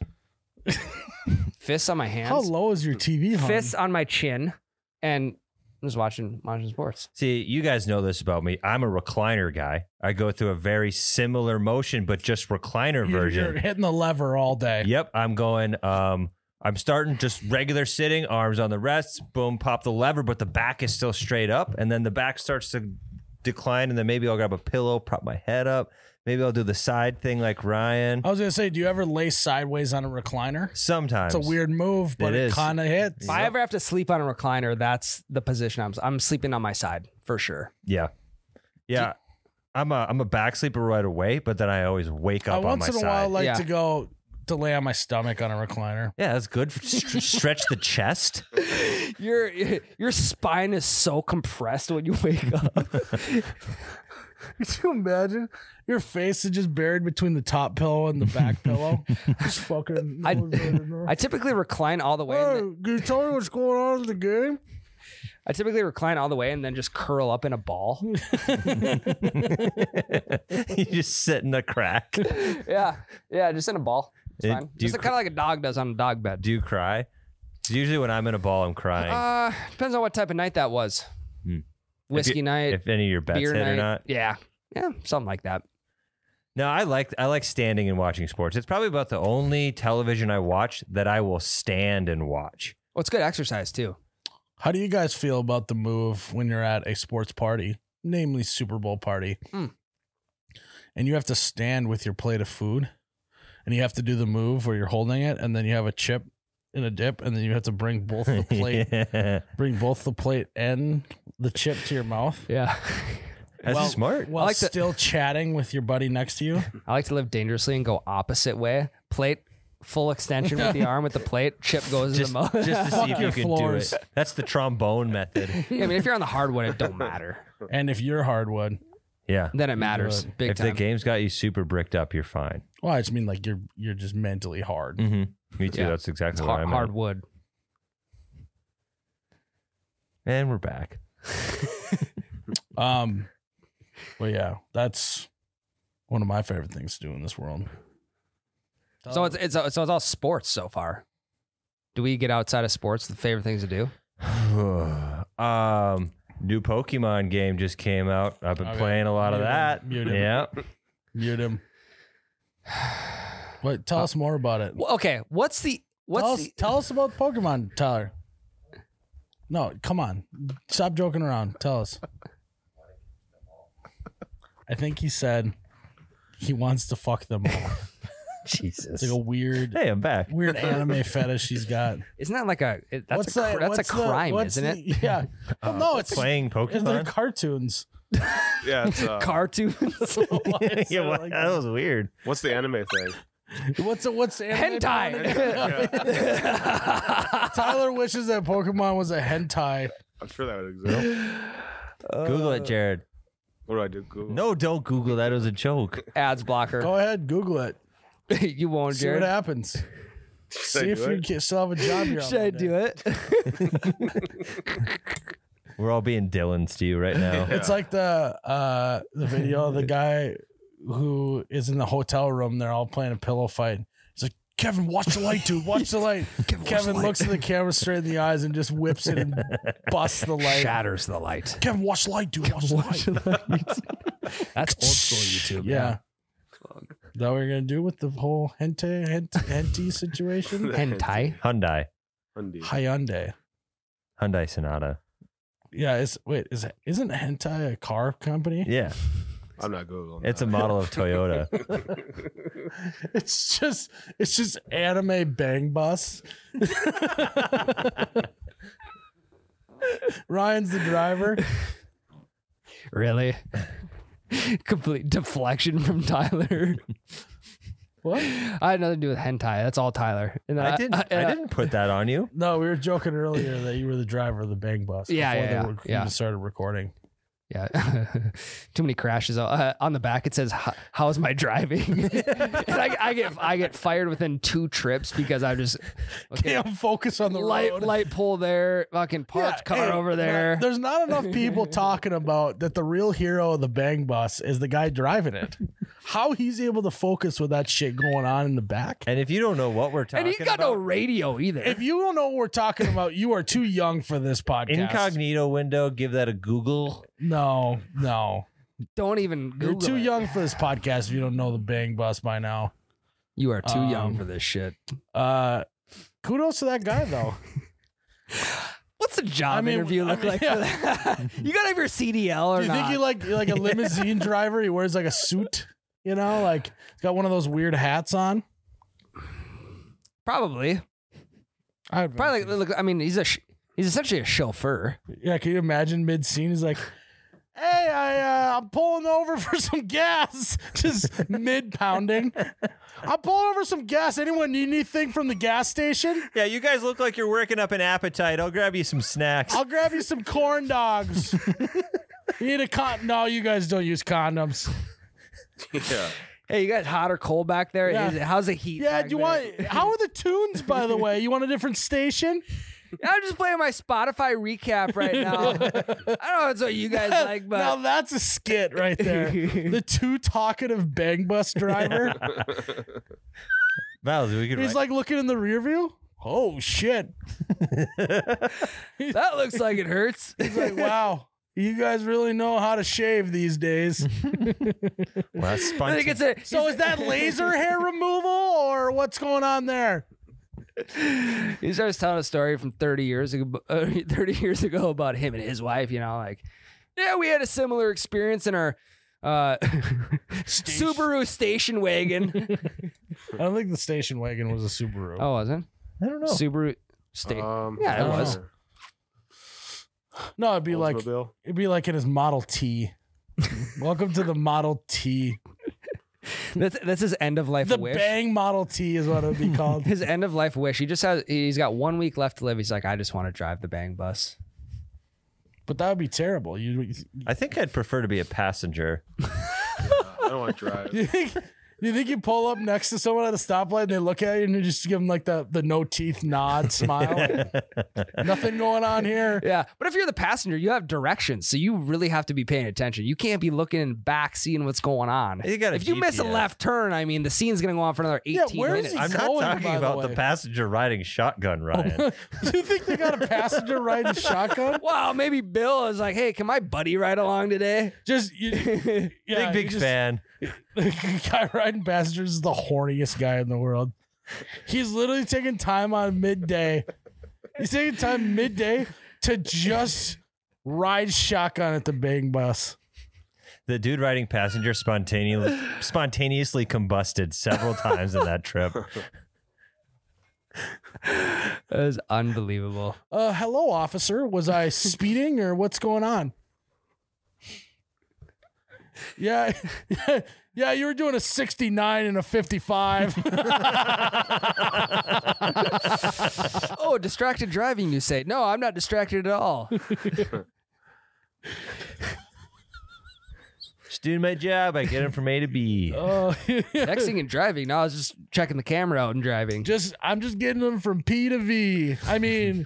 S2: fists on my
S1: How
S2: hands,
S1: low is your TV? hung?
S2: fists on my chin, and I'm just watching watching sports.
S3: See, you guys know this about me. I'm a recliner guy. I go through a very similar motion, but just recliner
S1: You're,
S3: version.
S1: you're hitting the lever all day.
S3: Yep, I'm going. Um, I'm starting just regular sitting, arms on the rests. Boom, pop the lever, but the back is still straight up, and then the back starts to decline, and then maybe I'll grab a pillow, prop my head up. Maybe I'll do the side thing like Ryan.
S1: I was gonna say, do you ever lay sideways on a recliner?
S3: Sometimes
S1: It's a weird move, but
S3: It
S1: it,
S3: is.
S1: kind of hits.
S2: If I ever have to sleep on a recliner, that's the position I'm. I'm sleeping on my side for sure.
S3: Yeah, yeah. I'm a I'm a back sleeper right away, but then I always wake
S1: I
S3: up on
S1: Uh, once
S3: my
S1: in a
S3: side.
S1: while like
S2: Yeah.
S1: to go to lay on my stomach on a recliner.
S3: yeah, that's good. For, st- stretch the chest.
S2: Your your spine is so compressed when you wake up.
S1: Could you imagine your face is just buried between the top pillow and the back pillow? Just fucking.
S2: I- I typically recline all the way. And then,
S1: can you tell me what's going on in the game?
S2: I typically recline all the way and then just curl up in a ball.
S3: you just sit in the crack.
S2: yeah, yeah, just in a ball. It's
S3: It-
S2: fine.
S3: do you
S2: Just
S3: cr-
S2: kind of like a dog does on a dog bed.
S3: Do you cry? 'Cause Usually when I'm in a ball, I'm crying.
S2: Uh, depends on what type of night that was.
S3: Hmm.
S2: Whiskey night,
S3: if any of your bets
S2: beer
S3: hit
S2: night,
S3: or not.
S2: yeah, yeah, something like that.
S3: No, I like I like standing and watching sports. It's probably about the only television I watch that I will stand and watch.
S2: Well, it's good exercise too.
S1: How do you guys feel about the move when you're at a sports party, namely Super Bowl party,
S2: Hmm.
S1: and you have to stand with your plate of food, and you have to do the move where you're holding it, and then you have a chip in a dip, and then you have to bring both the plate, bring both the plate and the chip to your mouth.
S2: Yeah,
S3: That's
S1: Well-
S3: smart.
S1: while
S2: like to-
S1: still chatting with your buddy next to you.
S2: I like to live dangerously and go opposite way. Plate full extension with the arm with the plate. Chip goes
S3: Just,
S2: in the mouth.
S3: just to see if you
S1: your
S3: can
S1: floors.
S3: do it. That's the trombone method.
S2: I mean, if you're on the hardwood, it don't matter.
S1: And if you're hardwood,
S3: Yeah.
S2: Then it matters big
S3: if the
S2: time.
S3: game's got you super bricked up, you're fine.
S1: well, I just mean like you're you're just mentally hard.
S3: Mm-hmm. Me too.
S2: Yeah.
S3: That's
S2: It's
S3: exactly what
S2: hard,
S3: I'm at.
S2: hardwood.
S3: And we're back.
S2: Mm.
S1: Um, but yeah, that's one of my favorite things to do in this world.
S2: So it's it's so it's all sports so far. Do we get outside of sports? The favorite things to do?
S3: um, new Pokemon game just came out. I've been
S1: Okay.
S3: playing a lot of
S1: Mute him. Mute
S3: that.
S1: him.
S3: Yeah.
S1: mute him. But tell us more about it.
S2: Well, okay, what's the what's
S1: Tell us,
S2: the
S1: tell us about Pokemon, Tyler. No, come on, stop joking around. Tell us. I think he said, He wants to fuck them all. It's
S2: Jesus.
S1: like a weird,
S3: Hey, I'm back.
S1: weird anime fetish he's got.
S2: Isn't that like a it- that's
S1: What's
S2: a
S1: the-
S2: cr- that's a
S1: what's the-
S2: crime,
S1: what's
S2: isn't it?
S1: the- Yeah.
S4: Uh,
S1: Well, no, it's
S3: playing
S1: and they're
S3: Pokemon.
S1: cartoons.
S4: Yeah, it's, uh,
S2: Cartoons.
S1: Why is
S3: yeah,
S1: it
S3: what-
S1: like
S3: that was weird.
S4: what's the anime thing?
S1: What's the what's the anime
S2: Hentai.
S1: porn? Tyler wishes that Pokemon was a hentai.
S4: I'm sure that would exist.
S3: Google it, Jared.
S4: What do I do? Google.
S3: No, don't Google that. It was a joke.
S2: Ads blocker.
S1: Go ahead, Google it.
S2: you won't,
S1: See what
S2: Oh, Jared.
S1: happens.
S4: I
S1: See if
S4: do
S1: you
S4: it?
S1: can still have a job here.
S2: Should I do it?
S3: We're all being Dylan's to you right now.
S1: It's like the uh the video of the guy who is in the hotel room. They're all playing a pillow fight. He's like, Kevin, watch the light, dude. Watch the light. Kevin, looks at the camera straight in the eyes and just whips it and busts the light.
S2: Shatters the light.
S1: Kevin, watch the light, dude. Watch the light.
S2: That's old school YouTube.
S1: Yeah. Is that what you're gonna do with the whole hente hente, hente situation?
S2: Hentai.
S3: Hyundai,
S4: Indeed.
S1: Hyundai.
S3: Hyundai Sonata.
S1: Yeah, is wait, is isn't hentai a car company?
S3: Yeah,
S4: I'm not googling.
S3: it's a
S4: that.
S3: model of Toyota.
S1: It's just it's just anime bang bus. Ryan's the driver.
S2: Really? Complete deflection from Tyler.
S1: What?
S2: I had nothing to do with hentai. That's all Tyler. And
S3: I didn't. I,
S2: and
S3: didn't put that on you.
S1: No, we were joking earlier that you were the driver of the bang bus.
S2: Yeah,
S1: before
S2: yeah,
S1: they
S2: yeah,
S1: were-
S2: yeah.
S1: we started recording.
S2: Yeah, too many crashes. Uh, on the back it says, "Ho- "How's my driving?" And I, I get I get fired within two trips because I just okay,
S1: Damn, focus on the
S2: light
S1: road.
S2: light pole there, fucking parked
S1: Yeah,
S2: car
S1: hey,
S2: over there.
S1: not- there's not enough people talking about that the real hero of the bang bus is the guy driving it. How he's able to focus with that shit going on in the back.
S3: And if you don't know what we're talking
S2: and he got no
S3: about,
S2: radio either.
S1: If you don't know what we're talking about, you are too young for this podcast.
S3: incognito window, give that a Google.
S1: No, no.
S2: Don't even Google.
S1: You're too
S2: it.
S1: young for this podcast if you don't know the bang bus by now.
S2: You are too young
S1: Um,
S2: for this shit.
S1: Uh kudos to that guy though.
S2: What's a job
S1: I mean,
S2: interview
S1: I
S2: look
S1: mean,
S2: like
S1: yeah.
S2: for that? you gotta have your CDL or
S1: Do you
S2: not?
S1: think he like like a limousine driver? He wears like a suit, you know, like he's got one of those weird hats on.
S2: Probably,
S1: I
S2: probably. Like, look, I mean, he's a sh- he's essentially a chauffeur.
S1: Yeah, can you imagine mid scene? He's like, "Hey, I uh, I'm pulling over for some gas." Just mid pounding. I'm pulling over some gas. Anyone need anything from the gas station?
S3: Yeah, you guys look like you're working up an appetite. I'll grab you some snacks.
S1: I'll grab you some corn dogs. you need a con? No, you guys don't use condoms.
S4: yeah.
S2: Hey, you got hot or cold back there?
S1: Yeah.
S2: Is it- how's the heat?
S1: Yeah,
S2: back
S1: do you
S2: there?
S1: want? How are the tunes, by the way? You want a different station?
S2: I'm just playing my Spotify recap right now. I don't know if it's what you guys like, but
S1: now that's a skit right there. the too talkative bang bus driver.
S3: Miles, we could.
S1: He's
S3: write-
S1: like looking in the rear view. Oh shit!
S2: that looks like it hurts.
S1: He's like, wow, you guys really know how to shave these days.
S3: well, that's
S2: I
S3: sponge-
S2: think it's a,
S1: So is that laser hair removal or what's going on there?
S2: he starts telling a story from 30 years ago, uh, 30 years ago about him and his wife. You know, like, yeah, we had a similar experience in our uh, Subaru station wagon.
S1: I don't think the station wagon was a Subaru.
S2: oh, wasn't
S3: I don't know.
S2: Subaru station?
S4: Um,
S2: Yeah, it
S4: I don't
S1: was.
S4: know.
S1: No, it'd be like
S4: Oldsmobile?
S1: it'd be like in his Model T. Welcome to the Model T.
S2: that's that's his end of life
S1: The
S2: wish.
S1: Bang Model T is what it would be called.
S2: his end of life wish. He just has. He's got one week left to live. He's like, I just want to drive the bang bus.
S1: but that would be terrible. You
S3: I think I'd prefer to be a passenger.
S4: I don't want to drive.
S1: you think you think you pull up next to someone at a stoplight and they look at you and you just give them like the the no teeth nod smile. like, Nothing going on here.
S2: Yeah, but if you're the passenger, you have directions, so you really have to be paying attention. You can't be looking back, seeing what's going on.
S3: You got a
S2: if you miss a
S3: GPS.
S2: left turn, I mean, the scene's gonna go on for another
S1: Yeah,
S2: 18
S1: where is
S2: minutes.
S1: he
S3: I'm not
S1: Going,
S3: talking
S1: by the
S3: about the,
S1: way. Oh,
S3: passenger riding shotgun, Ryan.
S1: Do you think they got a passenger riding shotgun?
S2: Wow, maybe Bill is like, "Hey, can my buddy ride along today?"
S1: Just you, yeah,
S3: big big
S1: you just-
S3: fan.
S1: The guy riding passengers is the horniest guy in the world. He's literally taking time on midday. He's taking time midday to just ride shotgun at the bang bus.
S3: The dude riding passenger spontaneously spontaneously combusted several times in that trip.
S2: That is unbelievable.
S1: Uh, hello, officer. Was I speeding or what's going on? Yeah, yeah, yeah. You were doing a 69 and a 55.
S2: Oh, distracted driving, you say? No, I'm not distracted at all.
S3: Just doing my job. I get him from A to B.
S1: Oh,
S2: Texting and driving. No, I was just checking the camera out and driving.
S1: just I'm just getting them from P to V. I mean,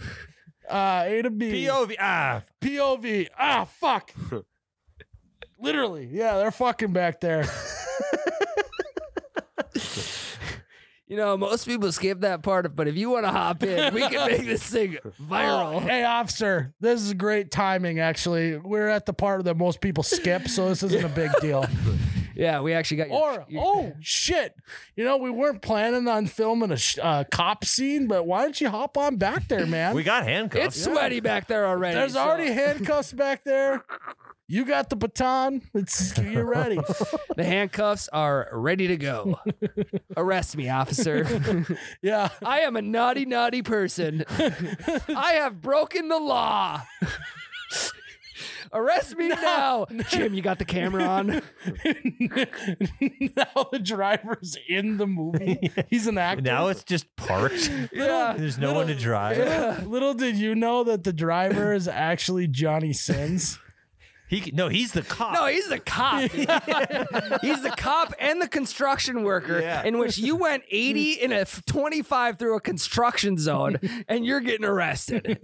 S1: uh, A to B.
S3: POV. Ah,
S1: POV. Ah, fuck. Literally, yeah, they're fucking back there.
S2: You know, most people skip that part, but if you want to hop in, we can make this thing
S1: Oh,
S2: viral.
S1: hey, officer, this is great timing. Actually, we're at the part that most people skip, so this isn't a big deal.
S2: Yeah, we actually got your,
S1: Or oh shit, you know we weren't planning on filming a sh- uh, cop scene, but why don't you hop on back there, man?
S3: we got handcuffs.
S2: it's sweaty back there already.
S1: There's
S2: so-
S1: already handcuffs back there. You got the baton. It's you're ready.
S2: the handcuffs are ready to go. Arrest me, officer.
S1: yeah,
S2: I am a naughty, naughty person. I have broken the law. Arrest me now. Jim, you got the camera on.
S1: now the driver's in the movie. He's an actor.
S3: Now it's just parked.
S2: yeah.
S3: There's no one to drive.
S1: Yeah. Little did you know that the driver is actually Johnny Sins.
S3: He c- no, he's the cop.
S2: No, he's the cop. dude. he's the cop and the construction worker,
S3: Yeah.
S2: in which you went 80 in a f- 25 through a construction zone and you're getting arrested.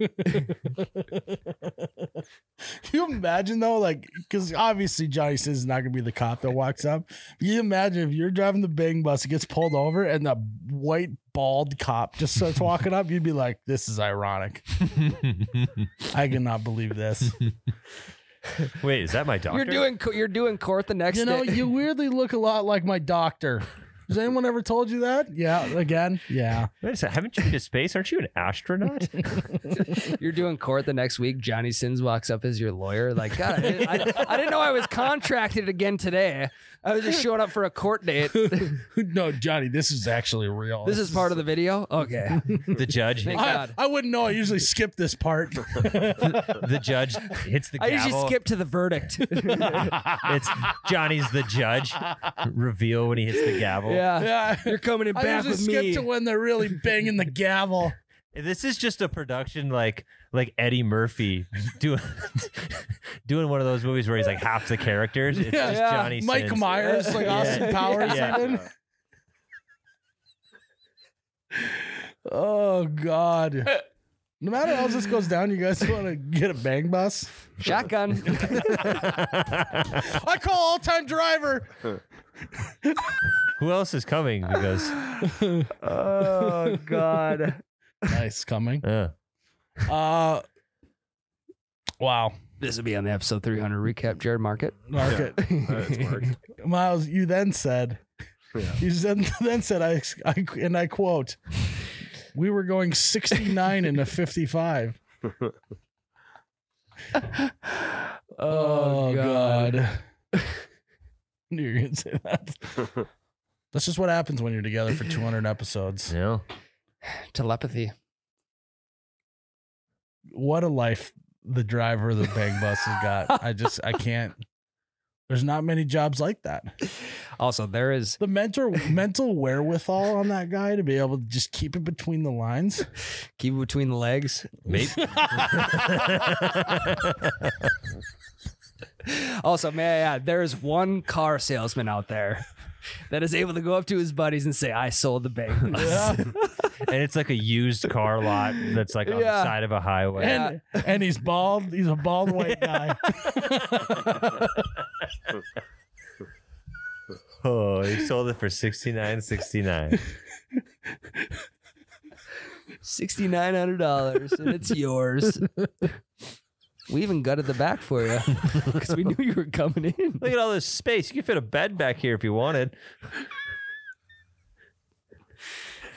S1: Can you imagine though, like, because obviously Johnny Sins is not gonna be the cop that walks up. Can you imagine if you're driving the bang bus, it gets pulled over, and the white bald cop just starts walking up. You'd be like, "This is ironic. I cannot believe this."
S3: Wait, is that my doctor?
S2: You're doing co- you're doing court the next
S1: You know,
S2: day.
S1: you weirdly look a lot like my doctor. Has anyone ever told you that? Yeah, again, yeah.
S3: Wait a second, haven't you been to space? Aren't you an astronaut?
S2: You're doing court the next week. Johnny Sins walks up as your lawyer. Like, God, I didn't, I, I didn't know I was contracted again today. I was just showing up for a court date. This
S1: no, Johnny, this is actually real.
S2: is part of the video. Okay.
S3: the judge.
S2: Thank
S1: I,
S2: God.
S1: I wouldn't know. I usually skip this part.
S3: The judge hits the
S2: I
S3: gavel.
S2: usually skip to the verdict.
S3: It's Johnny's the judge. Reveal when he hits the gavel.
S2: yeah.
S1: yeah.
S2: You're coming in
S1: I
S2: back
S1: usually
S2: with
S1: skip
S2: me.
S1: to when they're really banging the gavel.
S3: This is just a production like like Eddie Murphy doing doing one of those movies where he's like half the characters. It's
S1: Yeah.
S3: just
S2: Yeah.
S3: Johnny
S1: Mike
S3: Sins.
S1: Myers, like
S3: Yeah.
S1: Austin Powers,
S3: Yeah.
S1: even. Oh God. No matter how this goes down, you guys want to get a bang bus?
S2: Shotgun.
S1: I call all time driver.
S3: Who else is coming? Because
S2: oh, God.
S1: Nice coming.
S3: uh,
S1: Uh, wow.
S2: This will be on the episode 300 recap, Jared Market.
S1: Mark it.
S4: That's Mark.
S1: Miles, you then said,
S4: Yeah.
S1: you then, then said, I, I, and I quote, we were going 69 into 55.
S2: Oh,
S1: Knew you were going to say that. That's just what happens when you're together for 200 episodes.
S3: no.
S2: Telepathy.
S1: What a life the driver of the bang bus has got. I just, I can't. There's not many jobs like that.
S2: Also, there is.
S1: The mentor, mental wherewithal on that guy to be able to just keep it between the lines.
S2: Keep it between the legs.
S3: Maybe.
S2: Also, may I add, there is one car salesman out there that is able to go up to his buddies and say, I sold the bank.
S3: and it's like a used car lot that's like on
S2: Yeah.
S3: the side of a highway.
S1: And, and he's bald. He's a bald white guy.
S3: oh, he sold it for sixty nine sixty nine.
S2: $6,900 and it's yours. We even gutted the back for you because we knew you were coming in.
S3: Look at all this space. You could fit a bed back here if you wanted.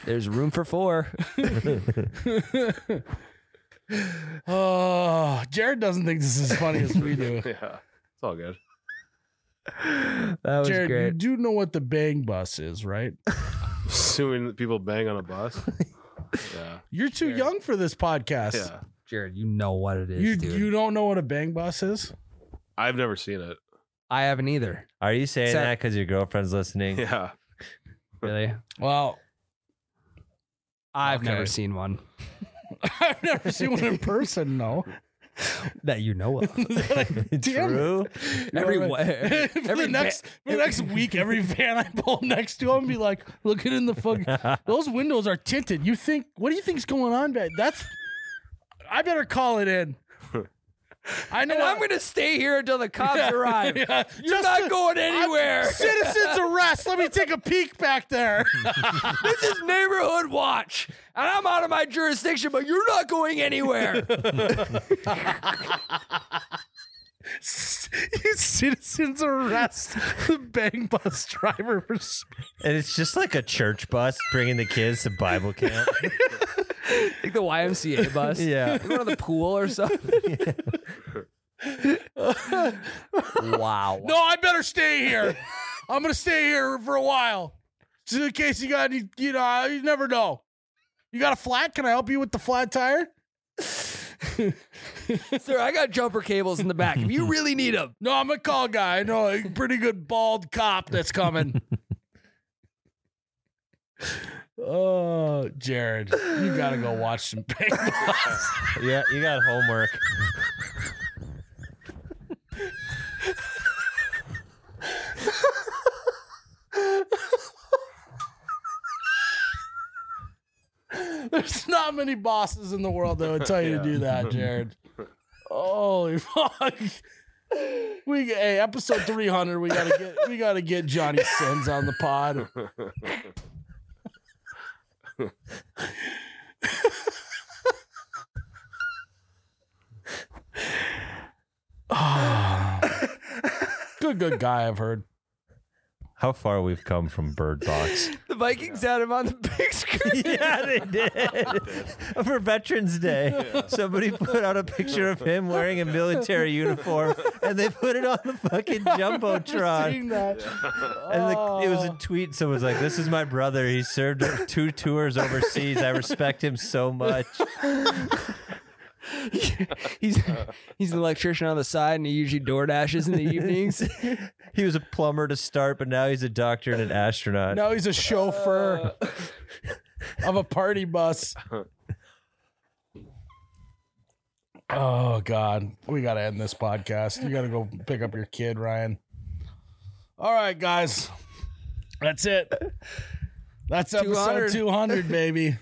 S2: There's room for four.
S1: Oh, Jared doesn't think this is as funny as we do.
S4: Yeah. It's all good.
S2: that was
S1: Jared,
S2: great.
S1: you do know what the bang bus is, right?
S4: Assuming that people bang on a bus. yeah.
S1: You're too
S4: Jared.
S1: young for this podcast.
S4: Yeah.
S2: Jared, you know what it is,
S1: You
S2: dude.
S1: you don't know what a bang bus is?
S4: I've never seen it.
S2: I haven't either.
S3: Are you saying
S2: Sa-
S3: that because your girlfriend's listening?
S4: Yeah.
S2: Really?
S1: Well,
S2: I've
S1: Okay.
S2: never seen one
S1: I've never seen one in person, no.
S2: that you know of.
S1: Damn it.
S3: True.
S2: Every-
S1: You know,
S2: every-
S1: for
S2: every
S1: the next for the
S2: every-
S1: next week, every van I pull next to him, be like, looking in the fucking. Those windows are tinted. You think? What do you think's going on, man? That's. I better call it in. I know.
S2: and
S1: I-
S2: I'm gonna stay here until the cops
S1: Yeah,
S2: arrive.
S1: yeah.
S2: You're
S1: Just
S2: not
S1: to-
S2: going
S1: I'm-
S2: anywhere.
S1: Citizens arrest. Let me take a peek back there.
S2: this is neighborhood watch, and I'm out of my jurisdiction, but you're not going anywhere.
S1: Citizens arrest the bang bus driver for speeding.
S3: And it's just like a church bus bringing the kids to Bible camp.
S2: like the YMCA bus.
S3: yeah.
S2: You go to the pool or something. wow.
S1: No, I better stay here. I'm gonna stay here for a while, just in case you got any. You know, you never know. You got a flat? Can I help you with the flat tire?
S2: Sir, I got jumper cables in the back. If you really need them,
S1: No, I'm a call guy. I know a pretty good bald cop that's coming. oh, Jared, you gotta go watch some bang bus.
S3: Yeah, you got homework.
S1: There's not many bosses in the world that would tell you to do that, Jared. Holy fuck. We hey, episode 300, we gotta get we gotta get Johnny Sins on the pod. Ah. good good guy I've heard.
S3: How far we've come from Bird Box.
S2: the Vikings had him on the big screen.
S3: yeah, they did. For Veterans Day, somebody put out a picture of him wearing a military uniform and they put it on the fucking Jumbotron.
S1: Seeing that.
S3: And the, it was
S2: Oh.
S3: a tweet. Someone was like, This is my brother. He served two tours overseas. I respect him so much.
S2: he's he's an electrician on the side, and he usually door dashes in the evenings.
S3: He was a plumber to start, but now he's a doctor and an astronaut.
S1: Now he's a chauffeur Uh. of a party bus. Oh God, we gotta end this podcast. You gotta go pick up your kid, Ryan. All right, guys, that's it. That's episode
S2: 200.
S1: two hundred, baby.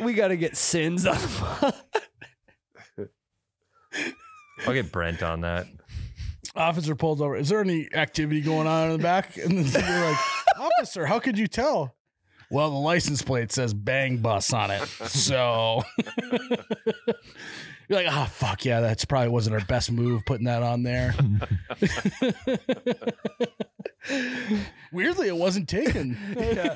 S2: we got to get sins on. the-
S3: I'll get Brent on that.
S1: Officer pulls over. Is there any activity going on in the back? And then you're like, Officer, how could you tell? Well, the license plate says bang bus on it. So you're like, oh, fuck yeah, that's probably wasn't our best move putting that on there. Weirdly, it wasn't taken.
S2: yeah,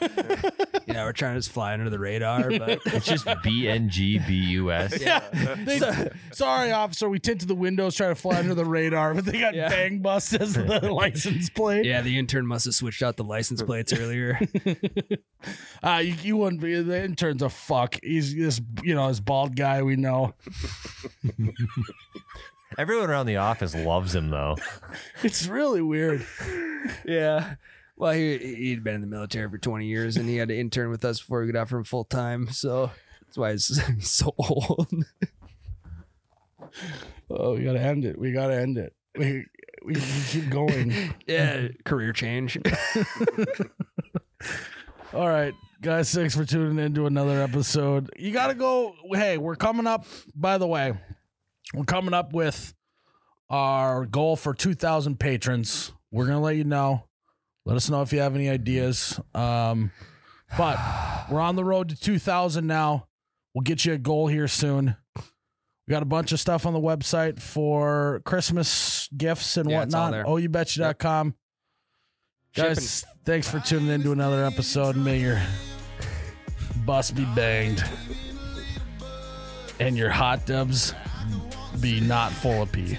S2: we're trying to just fly under the radar, but
S3: It's just B N G B U S.
S1: Yeah. They- sorry, officer. We tinted the windows, trying to fly under the radar, but they got
S2: Yeah.
S1: bang bus as the license plate.
S2: yeah, the intern must have switched out the license plates earlier.
S1: Uh, you, you wouldn't be the intern's a fuck. He's this, you know, this bald guy we know.
S3: Everyone around the office loves him though.
S1: It's really weird.
S2: yeah. Well, he he'd been in the military for 20 years, and he had to intern with us before we could offer him full time. So that's why he's, he's so old.
S1: Oh, we gotta end it. We gotta end it. We we, we keep going.
S2: yeah, career change.
S1: All right, guys, thanks for tuning in to another episode. You got to go. Hey, we're coming up, by the way, we're coming up with our goal for 2,000 patrons. We're going to let you know. Let us know if you have any ideas. Um, but we're on the road to 2,000 now. We'll get you a goal here soon. We got a bunch of stuff on the website for Christmas gifts and
S2: Yeah, it's all
S1: whatnot. Oh,
S2: there.
S1: OhYouBetcha.com.
S2: Shipping.
S1: Guys, thanks for tuning in to another episode. May your bus be banged. and your hot tubs be not full of pee.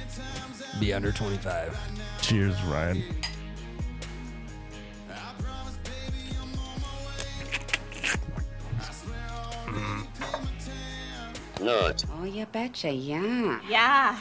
S2: Be under 25.
S1: Cheers, Ryan.
S7: Oh, you betcha, yeah.
S8: Yeah.